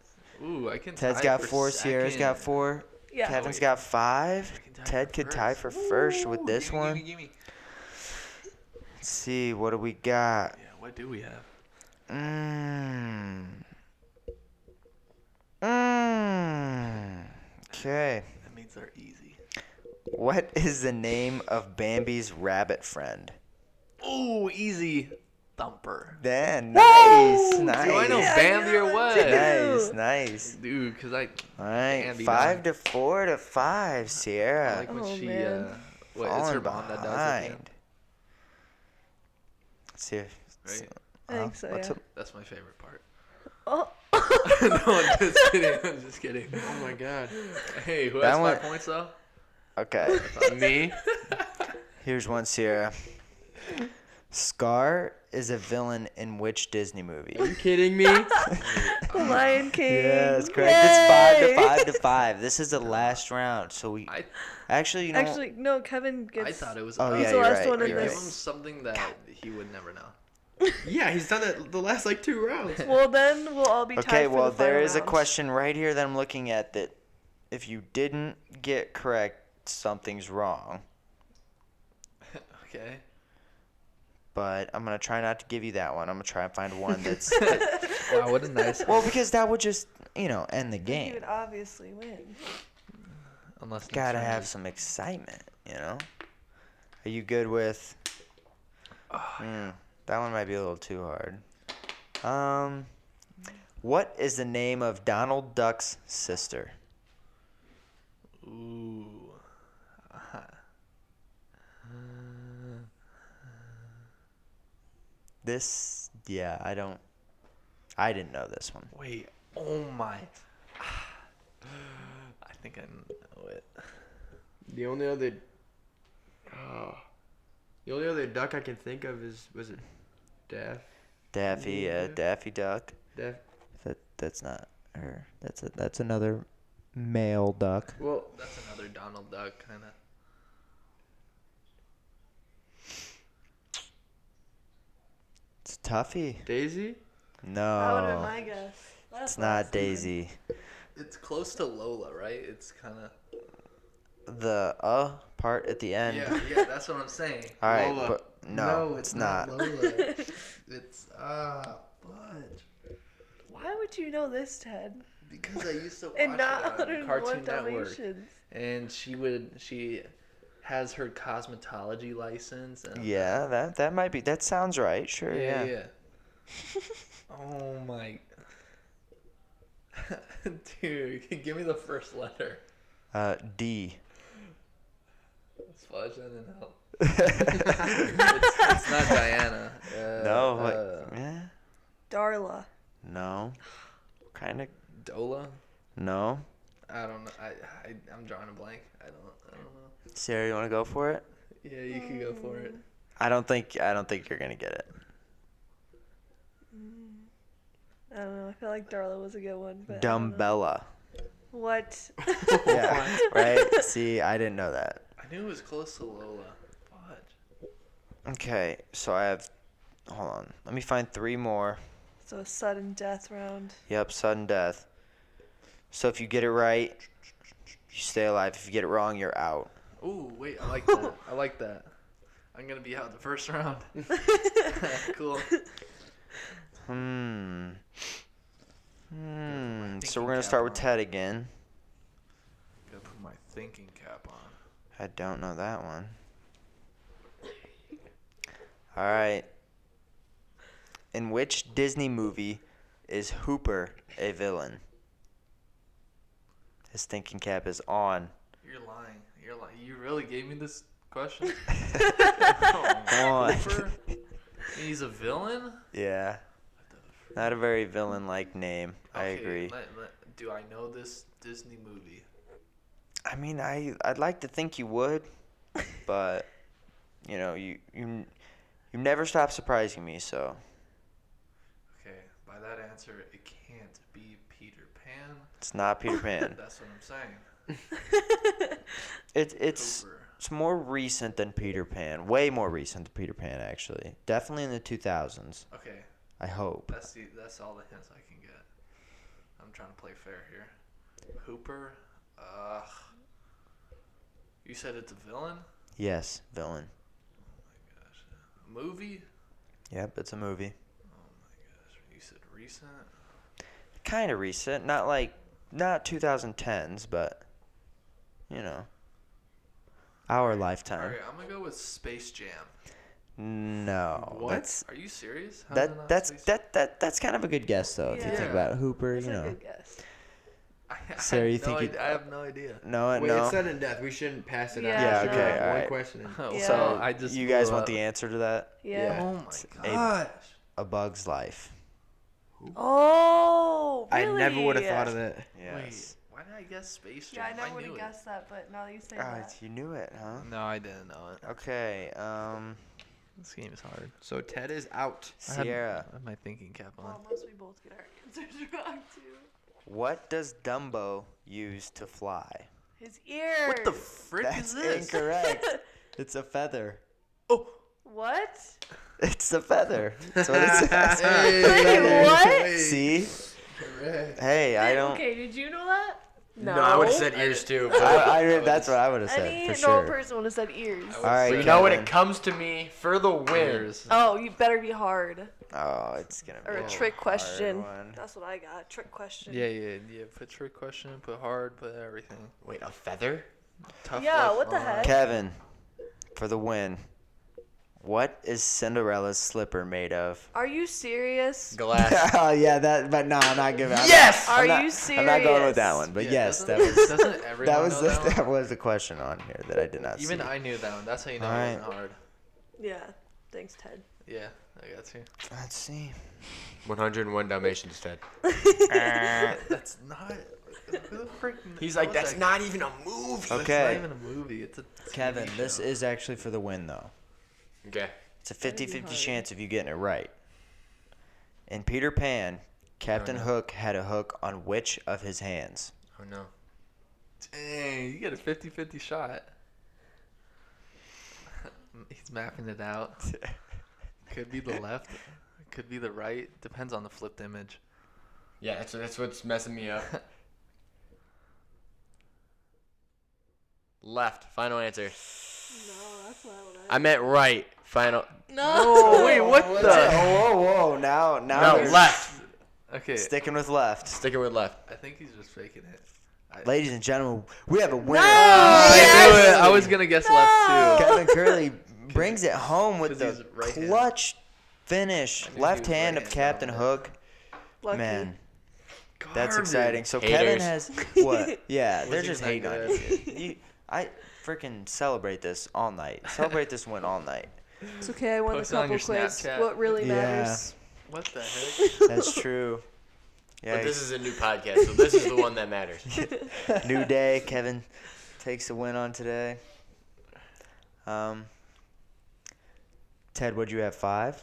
Speaker 2: Ooh, I can.
Speaker 1: Ted's
Speaker 2: tie
Speaker 1: got
Speaker 2: for
Speaker 1: four.
Speaker 2: second.
Speaker 1: Sierra's got four.
Speaker 5: Yeah.
Speaker 1: Kevin's
Speaker 2: wait.
Speaker 1: got five.
Speaker 2: I can tie
Speaker 1: Ted
Speaker 2: for
Speaker 1: could tie
Speaker 2: first.
Speaker 1: for first with
Speaker 2: Ooh,
Speaker 1: this
Speaker 2: gimme,
Speaker 1: one.
Speaker 2: gimme, gimme.
Speaker 1: Let's see, what do we got?
Speaker 2: Yeah, what do we have?
Speaker 1: Mmm. Mmm. Okay.
Speaker 2: That means they're easy.
Speaker 1: What is the name of Bambi's rabbit friend?
Speaker 2: Ooh, easy. Thumper.
Speaker 1: Then nice, nice,
Speaker 2: Do I know
Speaker 5: Yeah, I
Speaker 2: Bambi
Speaker 5: knew
Speaker 2: or
Speaker 5: that
Speaker 2: what?
Speaker 1: nice, nice.
Speaker 2: Dude, cause I,
Speaker 1: All right,
Speaker 2: Bambi
Speaker 1: five
Speaker 2: done.
Speaker 1: to four to five,
Speaker 2: I
Speaker 1: Sierra.
Speaker 2: like when
Speaker 5: Oh,
Speaker 2: she.
Speaker 5: man.
Speaker 2: Uh, what is her
Speaker 1: Falling
Speaker 2: mom that does it?
Speaker 1: behind. Let's see. if-
Speaker 2: yeah? Right.
Speaker 5: I think so,
Speaker 1: uh, what's
Speaker 5: yeah.
Speaker 1: up?
Speaker 2: That's my favorite part.
Speaker 5: Oh.
Speaker 2: no, I'm just kidding. I'm just kidding.
Speaker 4: oh my god.
Speaker 2: Hey, who
Speaker 1: That
Speaker 2: has
Speaker 1: one-
Speaker 2: five points though?
Speaker 1: Okay.
Speaker 4: Me?
Speaker 1: Here's one, Sierra. Scar is a villain in which Disney movie?
Speaker 4: You kidding me?
Speaker 5: The Lion King.
Speaker 1: Yes, correct. It's
Speaker 5: Yay.
Speaker 1: five to five to five. This is the last round, so we
Speaker 2: I
Speaker 1: actually you know
Speaker 5: Actually, no, Kevin gets.
Speaker 2: I thought it was.
Speaker 1: Oh,
Speaker 2: us.
Speaker 1: yeah,
Speaker 5: the
Speaker 1: you're
Speaker 5: last
Speaker 1: right,
Speaker 5: one
Speaker 1: you're
Speaker 5: in
Speaker 2: Give
Speaker 1: right.
Speaker 2: him
Speaker 5: this.
Speaker 2: something that he would never know.
Speaker 4: yeah, he's done that the last like two rounds.
Speaker 5: Well, then we'll all be tied
Speaker 1: okay.
Speaker 5: for the
Speaker 1: Well, there
Speaker 5: final
Speaker 1: is a
Speaker 5: round.
Speaker 1: question right here that I'm looking at that if you didn't get correct, something's wrong.
Speaker 2: Okay.
Speaker 1: But I'm gonna try not to give you that one. I'm gonna try and find one that's
Speaker 2: Wow, what a nice.
Speaker 1: well because that would just you know end the
Speaker 5: He
Speaker 1: game.
Speaker 5: would obviously win.
Speaker 2: Unless next
Speaker 1: Gotta
Speaker 2: round
Speaker 1: have
Speaker 2: is-
Speaker 1: some excitement, you know. Are you good with? Mm, that one might be a little too hard. Um, what is the name of Donald Duck's sister?
Speaker 2: Ooh. Uh-huh.
Speaker 1: This, yeah, I don't. I didn't know this one.
Speaker 2: Wait. Oh my. I think I know it.
Speaker 4: The only other, oh, the only other duck I can think of is was it, Daff,
Speaker 1: Daffy, yeah,
Speaker 4: Yeah.
Speaker 1: Daffy Duck.
Speaker 4: Daff.
Speaker 1: That that's not her. That's a, that's another male duck.
Speaker 4: Well,
Speaker 2: That's another Donald Duck kind of.
Speaker 1: It's Tuffy.
Speaker 4: Daisy.
Speaker 5: That would have been
Speaker 1: No,
Speaker 5: my guess.
Speaker 1: Oh. it's not Daisy.
Speaker 2: It's close to Lola, right? It's kind of.
Speaker 1: The uh part at the end.
Speaker 2: Yeah, yeah, that's what I'm saying.
Speaker 1: All right,
Speaker 4: Lola.
Speaker 1: but no, it's, not.
Speaker 2: Lola. it's ah, but
Speaker 5: Why would you know this, Ted?
Speaker 2: because I used to watch
Speaker 5: And not
Speaker 2: it on
Speaker 5: 101
Speaker 2: Cartoon Network,
Speaker 5: Dalmatians.
Speaker 2: and she would she has her cosmetology license. And
Speaker 1: Yeah, that that might be. That sounds right. Sure.
Speaker 2: yeah,
Speaker 1: Yeah.
Speaker 2: yeah. oh my. Dude, give me the first letter.
Speaker 1: Uh, D.
Speaker 2: Fudge, I didn't know. it's, it's not Diana. Uh,
Speaker 1: no. what-
Speaker 2: uh,
Speaker 1: eh,
Speaker 5: Darla.
Speaker 1: no. Kind of.
Speaker 2: Dola.
Speaker 1: No.
Speaker 2: I don't know. I, I I'm drawing a blank. I don't I don't know.
Speaker 1: Sarah, you want to go for it?
Speaker 2: Yeah, you could go for
Speaker 5: Um.
Speaker 2: it.
Speaker 1: I don't think I don't think you're gonna get it.
Speaker 5: I don't know. I feel like Darla was a good one. But I don't know.
Speaker 1: Dumbella.
Speaker 5: What?
Speaker 1: Yeah. right. See, I didn't know that.
Speaker 2: I knew it was close to Lola. Fudge.
Speaker 1: Okay, so I have. Hold on. Let me find three more.
Speaker 5: so a sudden death round.
Speaker 1: Yep, sudden death. So if you get it right, you stay alive. If you get it wrong, you're out.
Speaker 2: Ooh, wait, I like that. I like that. I'm gonna be out the first round. cool.
Speaker 1: Hmm. Hmm. So
Speaker 2: thinking
Speaker 1: we're gonna
Speaker 2: cap
Speaker 1: start with
Speaker 2: on.
Speaker 1: Ted again.
Speaker 2: Gotta put my thinking cap on.
Speaker 1: I don't know that one. All right. In which Disney movie is Hooper a villain? His thinking cap is on.
Speaker 2: You're lying. You're lying. You really gave me this question.
Speaker 1: Come on.
Speaker 2: Hooper? He's a villain.
Speaker 1: Yeah. Not a very villain like name. I
Speaker 2: Okay,
Speaker 1: agree.
Speaker 2: let- let- do I know this Disney movie?
Speaker 1: I mean, I I'd like to think you would, but you know, you you you never stop surprising me, so
Speaker 2: Okay, by that answer, it can't be Peter Pan.
Speaker 1: it's not Peter Pan.
Speaker 2: That's what I'm saying.
Speaker 1: It's it's
Speaker 2: Hooper.
Speaker 1: it's more recent than Peter Pan. Way more recent than Peter Pan actually. Definitely in the 2000s,
Speaker 2: Okay,
Speaker 1: I hope.
Speaker 2: that's the that's all the hints I can get. I'm trying to play fair here. Hooper, ugh. You said it's a villain.
Speaker 1: Yes, villain.
Speaker 2: Movie.
Speaker 1: Yep, it's a movie.
Speaker 2: You said recent.
Speaker 1: Kind of recent, not like not 2010s, but you know, our
Speaker 2: All
Speaker 1: lifetime.
Speaker 2: right, I'm gonna go with Space Jam.
Speaker 1: No.
Speaker 4: What?
Speaker 1: That's
Speaker 2: Are you serious? How did I
Speaker 1: that
Speaker 2: not
Speaker 1: that's
Speaker 2: Space-
Speaker 1: that, that that's kind of a good guess though. If you think
Speaker 2: Yeah.
Speaker 1: about it. Hooper,
Speaker 5: That's
Speaker 1: you
Speaker 5: a
Speaker 1: know.
Speaker 5: good guess.
Speaker 2: I, I
Speaker 1: Sarah, you
Speaker 2: have no
Speaker 1: think
Speaker 2: id-
Speaker 1: it-
Speaker 2: I have no idea.
Speaker 1: No,
Speaker 4: Wait,
Speaker 1: no.
Speaker 4: it's sudden death. We shouldn't pass it
Speaker 5: Yeah,
Speaker 4: out.
Speaker 5: Yeah,
Speaker 4: We
Speaker 5: okay,
Speaker 4: have
Speaker 1: all
Speaker 4: One
Speaker 1: right.
Speaker 4: question.
Speaker 5: Yeah.
Speaker 1: so
Speaker 5: Oh,
Speaker 1: you guys
Speaker 2: blew
Speaker 1: want
Speaker 2: up.
Speaker 1: the answer to that?
Speaker 5: Yeah.
Speaker 2: Oh
Speaker 1: It's
Speaker 2: my
Speaker 1: a-
Speaker 2: gosh.
Speaker 1: A Bug's Life.
Speaker 5: Oh, really?
Speaker 4: I never would have thought of that.
Speaker 1: Yes.
Speaker 2: Wait, why did I guess Space
Speaker 5: Yeah,
Speaker 2: Jam?
Speaker 5: I never would
Speaker 2: knew
Speaker 5: have
Speaker 2: it.
Speaker 5: guessed that, but now that you say
Speaker 1: Ah,
Speaker 5: that.
Speaker 1: you knew it, huh?
Speaker 2: No, I didn't know it.
Speaker 1: Okay. Um,
Speaker 2: This game is hard.
Speaker 4: So Ted is out.
Speaker 1: Sierra,
Speaker 2: I had my thinking cap on.
Speaker 5: Well, unless we both get our answers wrong, too.
Speaker 1: what does Dumbo use to fly?
Speaker 5: His ears.
Speaker 2: What the frick is
Speaker 1: That's
Speaker 2: this?
Speaker 1: incorrect. it's a feather.
Speaker 2: Oh,
Speaker 5: what?
Speaker 1: It's a feather. That's what it says.
Speaker 5: Wait, what?
Speaker 1: See? Hey, I don't.
Speaker 5: Okay, did you know that?
Speaker 4: No, I would have said ears too.
Speaker 1: I, I, that's what I would have
Speaker 5: Any
Speaker 1: said for
Speaker 5: normal
Speaker 1: sure.
Speaker 5: person would have said ears.
Speaker 1: All right,
Speaker 2: So
Speaker 4: you know when
Speaker 1: Kevin.
Speaker 4: it comes to me for the win.
Speaker 2: Ears.
Speaker 5: Oh, you better be hard.
Speaker 1: Oh, it's gonna be
Speaker 5: Or a
Speaker 1: a
Speaker 5: trick
Speaker 1: hard
Speaker 5: question.
Speaker 1: one.
Speaker 5: That's what I got. Trick question.
Speaker 2: Yeah, yeah, yeah. Put trick question, put hard, put everything.
Speaker 4: Wait, a feather?
Speaker 2: Tough
Speaker 5: Yeah,
Speaker 2: luck
Speaker 5: what the
Speaker 2: on-
Speaker 5: heck?
Speaker 1: Kevin, for the win. What is Cinderella's slipper made of?
Speaker 5: Are you serious?
Speaker 2: Glass.
Speaker 1: oh yeah, that. But no, I'm not giving. I'm
Speaker 2: Yes!
Speaker 1: Not, I'm
Speaker 5: Are
Speaker 1: not-
Speaker 5: you
Speaker 1: I'm not going with that
Speaker 5: serious?
Speaker 1: one. But
Speaker 2: Yeah,
Speaker 1: yes, that
Speaker 2: doesn't-
Speaker 1: was
Speaker 2: Doesn't
Speaker 1: that
Speaker 2: everyone
Speaker 1: was
Speaker 2: know
Speaker 1: the,
Speaker 2: that
Speaker 1: that
Speaker 2: one?
Speaker 1: was the question on here that I did not
Speaker 2: Even
Speaker 1: see.
Speaker 2: I knew that one. That's how you know
Speaker 1: All
Speaker 2: it wasn't
Speaker 1: right.
Speaker 2: hard.
Speaker 5: Yeah. Thanks, Ted.
Speaker 2: Yeah, I got you.
Speaker 1: Let's see.
Speaker 4: 101 Dalmatians dead.
Speaker 2: That's not. Who the frick?
Speaker 4: He's
Speaker 2: that
Speaker 4: like,
Speaker 2: was
Speaker 4: that's
Speaker 2: a-
Speaker 4: not even a movie.
Speaker 2: That's
Speaker 1: Okay.
Speaker 2: not even a movie. It's a. TV
Speaker 1: Kevin, this
Speaker 2: show.
Speaker 1: is actually for the win though.
Speaker 4: Okay.
Speaker 1: It's a 50-50
Speaker 5: hard.
Speaker 1: chance of you getting it right. In Peter Pan, Captain
Speaker 4: no.
Speaker 1: Hook had a hook on which of his hands?
Speaker 4: Oh no.
Speaker 2: Dang, you get a 50 50 shot. He's mapping it out. Could be the left, could be the right. Depends on the flipped image.
Speaker 4: Yeah, that's that's what's messing me up. Left. Final answer.
Speaker 5: No, that's not what
Speaker 4: I meant right. Final.
Speaker 5: No.
Speaker 2: wait, what the?
Speaker 1: Whoa, whoa, whoa! Now, now
Speaker 4: No,
Speaker 1: we're
Speaker 4: left.
Speaker 2: Okay,
Speaker 1: sticking with left.
Speaker 4: Sticking with left.
Speaker 2: I think he's just faking it.
Speaker 1: Ladies and gentlemen, we have a winner.
Speaker 2: I,
Speaker 5: Yes!
Speaker 2: knew it. I was gonna guess left too.
Speaker 1: Kevin Curley brings it home with
Speaker 2: 'Cause
Speaker 1: the
Speaker 2: he's right-handed.
Speaker 1: clutch finish,
Speaker 2: knew he
Speaker 1: left
Speaker 2: was
Speaker 1: hand of
Speaker 2: right-handed.
Speaker 1: Captain Hook.
Speaker 5: Lucky.
Speaker 1: Man, that's exciting. So Kevin
Speaker 4: Haters.
Speaker 1: has what? Yeah, they're
Speaker 2: Wasn't
Speaker 1: just
Speaker 2: even
Speaker 1: hating
Speaker 2: that
Speaker 1: on you. you. I freaking celebrate this all night. Celebrate this win all night.
Speaker 5: It's okay. I won
Speaker 2: Post it
Speaker 5: the
Speaker 2: on
Speaker 5: couple
Speaker 2: your
Speaker 5: quiz.
Speaker 2: Snapchat.
Speaker 5: What really
Speaker 1: Yeah.
Speaker 5: matters?
Speaker 2: What the heck?
Speaker 1: That's true. Yeah,
Speaker 4: But this is a new podcast, so this is the one that matters.
Speaker 1: new day. Kevin takes the win on today. Um, Ted, what'd you have? Five.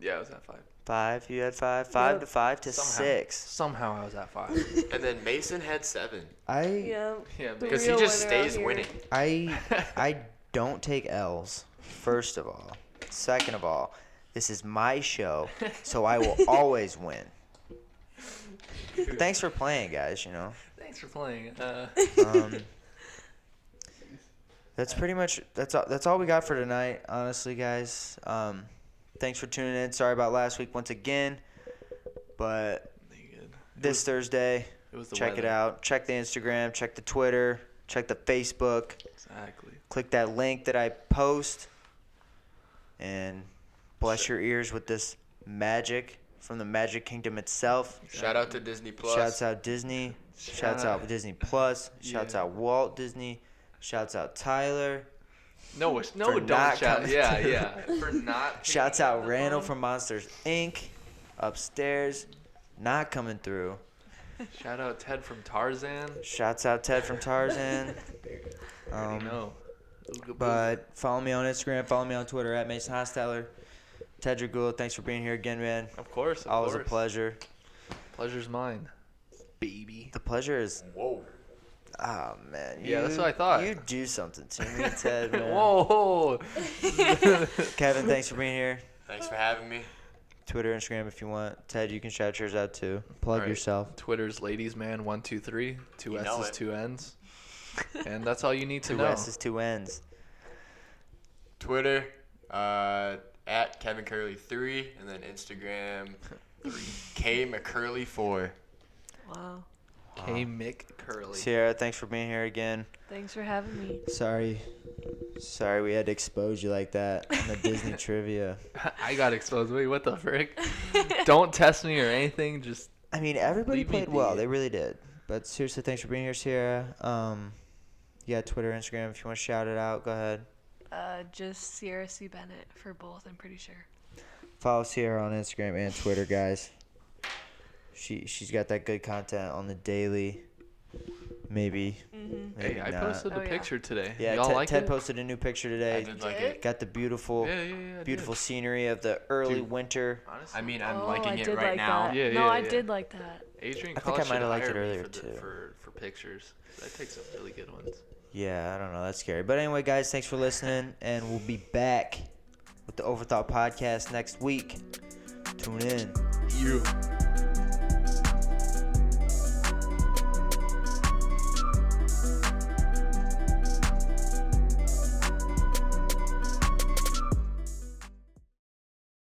Speaker 2: Yeah, I was at five.
Speaker 1: Five. You had five. Five
Speaker 5: Yep.
Speaker 1: to five to
Speaker 2: Somehow.
Speaker 1: six.
Speaker 2: Somehow I was at five.
Speaker 4: And then Mason had seven
Speaker 1: I
Speaker 5: Yeah.
Speaker 2: Yeah,
Speaker 5: The
Speaker 4: because he
Speaker 5: real
Speaker 4: just
Speaker 5: winner out
Speaker 4: stays
Speaker 5: here.
Speaker 4: winning.
Speaker 1: I I don't take L's. First of all. Second of all, this is my show, so I will always win. Thanks for playing, guys. You know.
Speaker 2: Thanks for playing. Uh,
Speaker 1: Um, that's pretty much that's all, that's all we got for tonight. Honestly, guys, um, thanks for tuning in. Sorry about last week once again, but this Thursday,
Speaker 2: it was the
Speaker 1: check it
Speaker 2: weather.
Speaker 1: out. Check the Instagram. Check the Twitter. Check the Facebook.
Speaker 2: Exactly.
Speaker 1: Click that link that I post, and bless your ears with this magic from the Magic Kingdom itself.
Speaker 4: Shout out to Disney Plus.
Speaker 1: Shouts out Disney. Shouts out Disney Plus. Shouts
Speaker 2: Yeah.
Speaker 1: out Walt Disney. Shouts out Tyler.
Speaker 2: No, it's- no,
Speaker 1: For not
Speaker 2: don't shout.
Speaker 1: coming
Speaker 2: Yeah,
Speaker 1: through.
Speaker 2: yeah. For not. picking
Speaker 1: Shouts
Speaker 2: up
Speaker 1: out
Speaker 2: the
Speaker 1: Randall
Speaker 2: phone.
Speaker 1: from Monsters Inc. Upstairs, not coming through.
Speaker 2: Shout out Ted from Tarzan.
Speaker 1: Shouts out Ted from Tarzan.
Speaker 2: I
Speaker 1: Um,
Speaker 2: know. Ooga booga.
Speaker 1: but follow me on Instagram. Follow me on Twitter at Mason Hosteller. Ted Dragula, thanks for being here again, man.
Speaker 2: of course, of
Speaker 1: Always a
Speaker 2: course.
Speaker 1: pleasure.
Speaker 2: Pleasure's mine, baby.
Speaker 1: The pleasure is.
Speaker 4: Whoa.
Speaker 1: Oh man.
Speaker 2: Yeah, that's
Speaker 1: you-
Speaker 2: what I thought.
Speaker 1: You do something to me, Ted. Man.
Speaker 2: Whoa.
Speaker 1: Kevin, thanks for being here.
Speaker 4: Thanks for having me.
Speaker 1: Twitter, Instagram, if you want. Ted, you can shout yours out too. Plug
Speaker 2: All right.
Speaker 1: yourself.
Speaker 2: Twitter's ladies man one two three two
Speaker 4: You
Speaker 2: s's
Speaker 4: know it.
Speaker 2: two n's, and that's all you need to
Speaker 1: Two
Speaker 2: know.
Speaker 1: S's, two N's.
Speaker 4: Twitter, uh, at Kevin Curley three, and then Instagram, K McCurley four.
Speaker 5: Wow.
Speaker 2: K Mick Curly.
Speaker 1: Sierra, thanks for being here again.
Speaker 5: Thanks for having me.
Speaker 1: Sorry. Sorry we had to expose you like that on the Disney trivia.
Speaker 2: I got exposed. Wait, what the frick? Don't test me or anything. Just
Speaker 1: I mean, everybody
Speaker 2: Leave me
Speaker 1: played well.
Speaker 2: be.
Speaker 1: They really did. But seriously, thanks for being here, Sierra. Um, yeah, Twitter, Instagram, if you want to shout it out, go ahead.
Speaker 5: Uh, just Sierra C. Bennett for both. I'm pretty sure.
Speaker 1: Follow Sierra on Instagram and Twitter, guys. She she's got that good content on the daily. Maybe. maybe
Speaker 2: hey, I
Speaker 1: not.
Speaker 2: posted
Speaker 5: Oh,
Speaker 2: a
Speaker 5: yeah.
Speaker 2: picture today.
Speaker 1: Yeah,
Speaker 2: Y'all
Speaker 1: Ted,
Speaker 2: like
Speaker 1: Ted
Speaker 2: it?
Speaker 1: posted a new picture today.
Speaker 4: I did like it.
Speaker 1: Got the beautiful,
Speaker 2: yeah, yeah, yeah. I did.
Speaker 1: beautiful scenery of the early
Speaker 4: Dude.
Speaker 1: winter.
Speaker 2: Honestly,
Speaker 4: I mean, I'm
Speaker 5: oh,
Speaker 4: liking
Speaker 5: I
Speaker 4: it
Speaker 5: did
Speaker 4: right
Speaker 5: like
Speaker 4: now.
Speaker 5: That.
Speaker 2: Yeah,
Speaker 5: no,
Speaker 2: yeah,
Speaker 5: I
Speaker 2: yeah.
Speaker 5: did like that.
Speaker 2: Adrian,
Speaker 1: I think I
Speaker 2: College
Speaker 1: might
Speaker 2: should
Speaker 1: have liked it
Speaker 2: hire me
Speaker 1: earlier,
Speaker 2: for the-
Speaker 1: too.
Speaker 2: For, for pictures, I take some really good ones.
Speaker 1: Yeah, I don't know. That's scary. But anyway, guys, thanks for listening, and we'll be back with the Overthought podcast next week. Tune in.
Speaker 2: You.